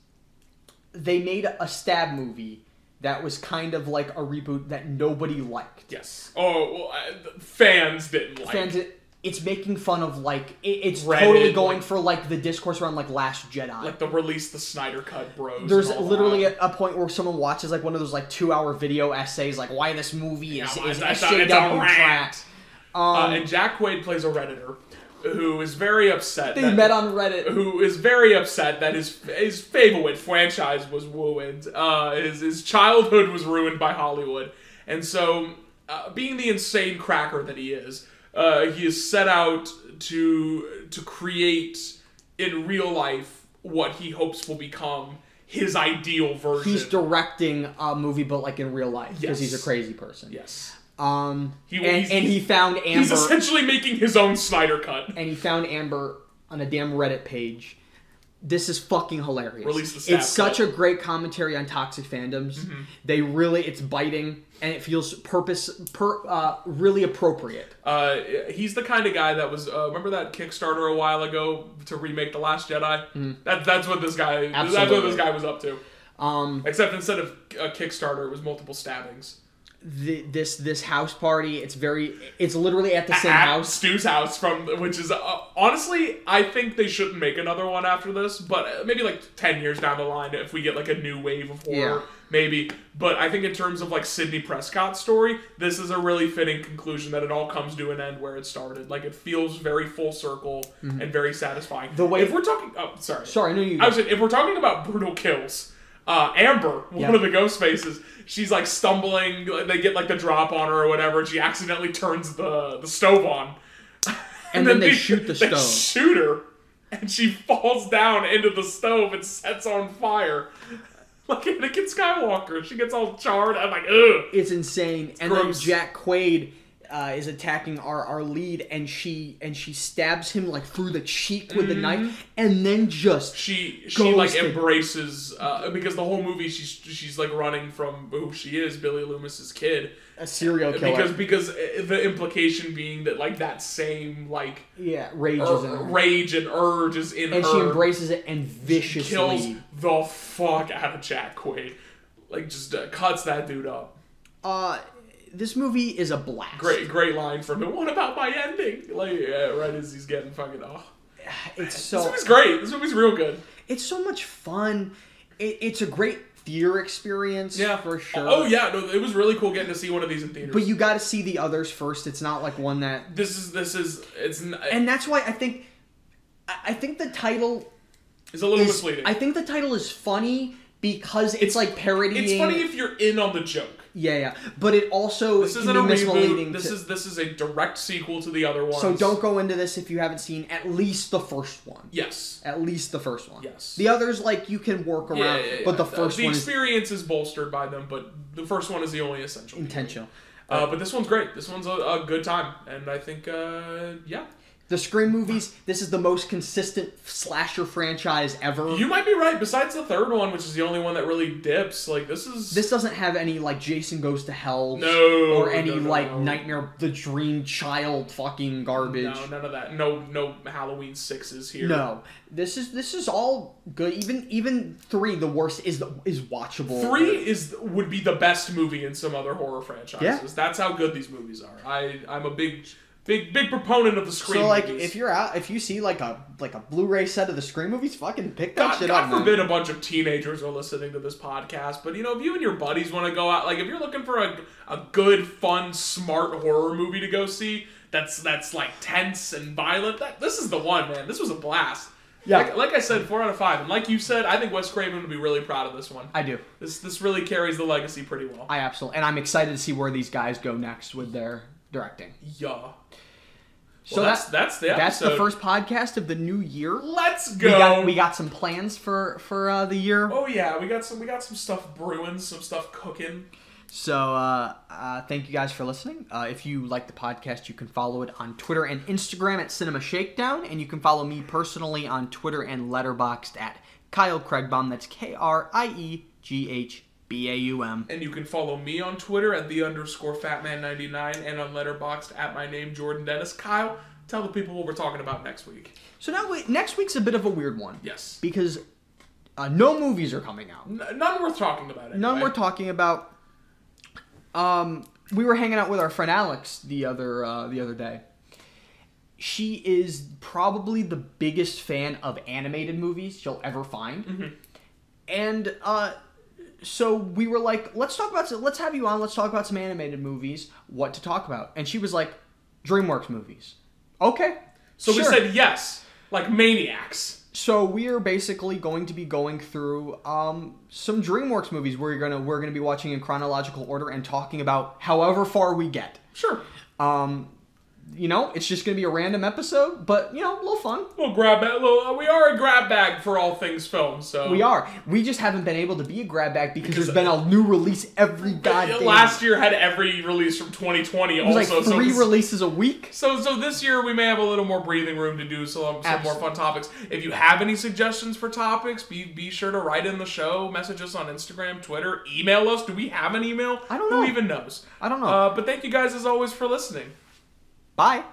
Speaker 1: they made a stab movie that was kind of like a reboot that nobody liked.
Speaker 2: Yes. Oh, well, I, the fans didn't like.
Speaker 1: Fans, it- it's making fun of like it, it's
Speaker 2: Reddit,
Speaker 1: totally going
Speaker 2: like-
Speaker 1: for like the discourse around like Last Jedi.
Speaker 2: like the release the Snyder Cut bros.
Speaker 1: There's
Speaker 2: and all
Speaker 1: literally
Speaker 2: that.
Speaker 1: a, a point where someone watches like one of those like two-hour video essays, like why this movie is
Speaker 2: Yeah,
Speaker 1: is
Speaker 2: it's- it's a-
Speaker 1: SJW
Speaker 2: it's a
Speaker 1: crap.
Speaker 2: rant.
Speaker 1: um,
Speaker 2: Uh, and Jack Quaid plays a redditor who is very upset.
Speaker 1: They
Speaker 2: that-
Speaker 1: met on Reddit.
Speaker 2: who is very upset that his his favorite franchise was ruined. Uh, his his childhood was ruined by Hollywood, and so uh, being the insane cracker that he is, uh, he is set out to to create in real life what he hopes will become his ideal version.
Speaker 1: He's directing a movie, but like in real life because he's
Speaker 2: Yes.
Speaker 1: a crazy person.
Speaker 2: yes,
Speaker 1: Um,
Speaker 2: He-
Speaker 1: and,
Speaker 2: he's-
Speaker 1: and he found Amber.
Speaker 2: he's essentially making his own Snyder cut.
Speaker 1: and he found Amber on a damn Reddit page. This is fucking hilarious.
Speaker 2: Release the Mm-hmm. snap
Speaker 1: it's such
Speaker 2: cut.
Speaker 1: a great commentary on toxic fandoms. They really, it's biting and it feels purpose, per, uh, really appropriate.
Speaker 2: Uh, he's the kind of guy that was. Uh, remember that Kickstarter a while ago to remake the Last Jedi. That that's what this guy. That's what
Speaker 1: Mm. Absolutely.
Speaker 2: this guy was up to.
Speaker 1: Um,
Speaker 2: Except instead of a Kickstarter, it was multiple stabbings.
Speaker 1: the, this this house party, it's very, it's literally at the same
Speaker 2: At
Speaker 1: house.
Speaker 2: Stu's house from which is uh, honestly, I think they shouldn't make another one after this. But uh, maybe like ten years down the line, if we get like a new wave of horror,
Speaker 1: Yeah.
Speaker 2: maybe. But I think in terms of like Sidney Prescott's story, this is a really fitting conclusion that it all comes to an end where it started. Like it feels very full circle and very satisfying.
Speaker 1: Mm-hmm. The way-
Speaker 2: if we're talking, oh sorry,
Speaker 1: Sorry, I know you.
Speaker 2: I was saying, if we're talking about brutal kills, uh, Amber, one
Speaker 1: Yeah.
Speaker 2: of the ghost faces, she's like stumbling. like, They get like the drop on her or whatever. And she accidentally turns the the stove on, and,
Speaker 1: then they shoot the
Speaker 2: they
Speaker 1: stove.
Speaker 2: Shoot her, and she falls down into the stove and sets on fire. Like Anakin Skywalker, she gets all charred. I'm like, ugh.
Speaker 1: it's insane. and
Speaker 2: gross.
Speaker 1: then Jack Quaid uh, is attacking our our lead, and she and she stabs him like through the cheek with
Speaker 2: Mm-hmm.
Speaker 1: a knife, and then just
Speaker 2: She she like
Speaker 1: Ghosted.
Speaker 2: embraces uh, because the whole movie she's she's like running from who she is, Billy Loomis's kid.
Speaker 1: a serial killer.
Speaker 2: because because uh, the implication being that like that same like
Speaker 1: yeah, rages
Speaker 2: ur-
Speaker 1: in her.
Speaker 2: rage and urge is in
Speaker 1: and
Speaker 2: her
Speaker 1: Um, she embraces it and viciously
Speaker 2: kills the fuck out of Jack Quaid, like just uh, cuts that dude up.
Speaker 1: Uh, this movie is a blast.
Speaker 2: Great great line from him. What about my ending? Like yeah, right as he's getting fucking oh,
Speaker 1: It's
Speaker 2: this
Speaker 1: so
Speaker 2: movie's great. This movie's real good.
Speaker 1: it's so much fun. It, it's a great theater experience. for sure.
Speaker 2: Oh yeah, no, it was really cool getting to see one of these in theaters.
Speaker 1: But you got to see the others first. It's not like one that,
Speaker 2: this is this is it's n-
Speaker 1: and that's why I think, I I think the title
Speaker 2: it's a little
Speaker 1: is-
Speaker 2: misleading.
Speaker 1: I think the title is funny because it's, like parodying.
Speaker 2: it's funny if you're in on the joke.
Speaker 1: yeah, yeah. But it also
Speaker 2: This
Speaker 1: can
Speaker 2: isn't
Speaker 1: be
Speaker 2: a
Speaker 1: misleading.
Speaker 2: reboot. This
Speaker 1: to-
Speaker 2: is this is a direct sequel to the other one.
Speaker 1: so don't go into this if you haven't seen at least the first one.
Speaker 2: Yes.
Speaker 1: At least the first one.
Speaker 2: Yes.
Speaker 1: The others, like, you can work around,
Speaker 2: Yeah, yeah, yeah.
Speaker 1: but the
Speaker 2: Uh,
Speaker 1: first
Speaker 2: the
Speaker 1: one is
Speaker 2: experience is bolstered by them, but the first one is the only essential.
Speaker 1: intentional.
Speaker 2: Uh, but this one's great. This one's a, a good time, and I think uh, yeah,
Speaker 1: The Scream movies, this is the most consistent slasher franchise ever.
Speaker 2: you might be right. Besides the third one, which is the only one that really dips, like this is
Speaker 1: this doesn't have any, like, Jason Goes to Hell
Speaker 2: No,
Speaker 1: or any,
Speaker 2: no, no,
Speaker 1: like,
Speaker 2: no.
Speaker 1: Nightmare the Dream Child fucking garbage.
Speaker 2: no none of that. No no Halloween sixes here.
Speaker 1: No. this is this is all good. Even even three, the worst is is watchable.
Speaker 2: Three is would be the best movie in some other horror franchises.
Speaker 1: Yeah.
Speaker 2: That's how good these movies are. I I'm a big big big proponent of the screen.
Speaker 1: So like,
Speaker 2: movies.
Speaker 1: if you're out, if you see like a like a Blu-ray set of the Scream movies, fucking pick that
Speaker 2: God,
Speaker 1: shit
Speaker 2: God
Speaker 1: up. man.
Speaker 2: forbid a bunch of teenagers are listening to this podcast, but you know, if you and your buddies want to go out, like if you're looking for a, a good, fun, smart horror movie to go see, that's that's like tense and violent. That this is the one, man. This was a blast.
Speaker 1: Yeah.
Speaker 2: Like, like I said, four out of five, and like you said, I think Wes Craven would be really proud of this one.
Speaker 1: I do.
Speaker 2: This this really carries the legacy pretty well.
Speaker 1: I absolutely, and I'm excited to see where these guys go next with their directing.
Speaker 2: yeah. Well,
Speaker 1: So
Speaker 2: that's
Speaker 1: that-
Speaker 2: that's the
Speaker 1: that's the
Speaker 2: episode.
Speaker 1: first podcast of the new year.
Speaker 2: Let's go.
Speaker 1: We got we got some plans for for uh, the year.
Speaker 2: Oh yeah, we got some we got some stuff brewing, some stuff cooking.
Speaker 1: So uh, uh, thank you guys for listening. Uh, if you like the podcast, you can follow it on Twitter and Instagram at Cinema Shakedown, and you can follow me personally on Twitter and Letterboxd at Kyle Craigbaum. That's K R I E G H B A U M.
Speaker 2: And you can follow me on Twitter at the underscore fatman99 and on Letterboxd at my name, Jordan Dennis. Kyle, tell the people what we're talking about next week.
Speaker 1: So now we, next week's a bit of a weird one.
Speaker 2: Yes.
Speaker 1: Because uh, no movies are coming out.
Speaker 2: N- none worth talking about. Anyway.
Speaker 1: None we're talking about. Um, we were hanging out with our friend Alex the other uh, the other day. She is probably the biggest fan of animated movies you'll ever find,
Speaker 2: Mm-hmm.
Speaker 1: and uh, so we were like, "Let's talk about some, let's have you on. Let's talk about some animated movies. What to talk about?" And she was like, "DreamWorks movies." Okay,
Speaker 2: So we
Speaker 1: sure.
Speaker 2: said yes, like maniacs.
Speaker 1: so we are basically going to be going through um, some DreamWorks movies we're gonna we're gonna be watching in chronological order and talking about however far we get.
Speaker 2: Sure.
Speaker 1: Um, you know, it's just gonna be a random episode, but you know, a little fun.
Speaker 2: We'll grab bag. We'll, uh, we are a grab bag for all things film, so
Speaker 1: We are. We just haven't been able to be a grab bag because there's been a new release every goddamn.
Speaker 2: Last year had every release from 2020.
Speaker 1: it
Speaker 2: Also,
Speaker 1: was like
Speaker 2: so
Speaker 1: three
Speaker 2: this-
Speaker 1: releases a week.
Speaker 2: So, so this year we may have a little more breathing room to do some, some more
Speaker 1: Absolutely.
Speaker 2: fun topics. If you have any suggestions for topics, be be sure to write in the show. Message us on Instagram, Twitter, email us. Do we have an email?
Speaker 1: I don't know.
Speaker 2: Who even knows?
Speaker 1: I don't know.
Speaker 2: Uh, but thank you guys as always for listening.
Speaker 1: Bye.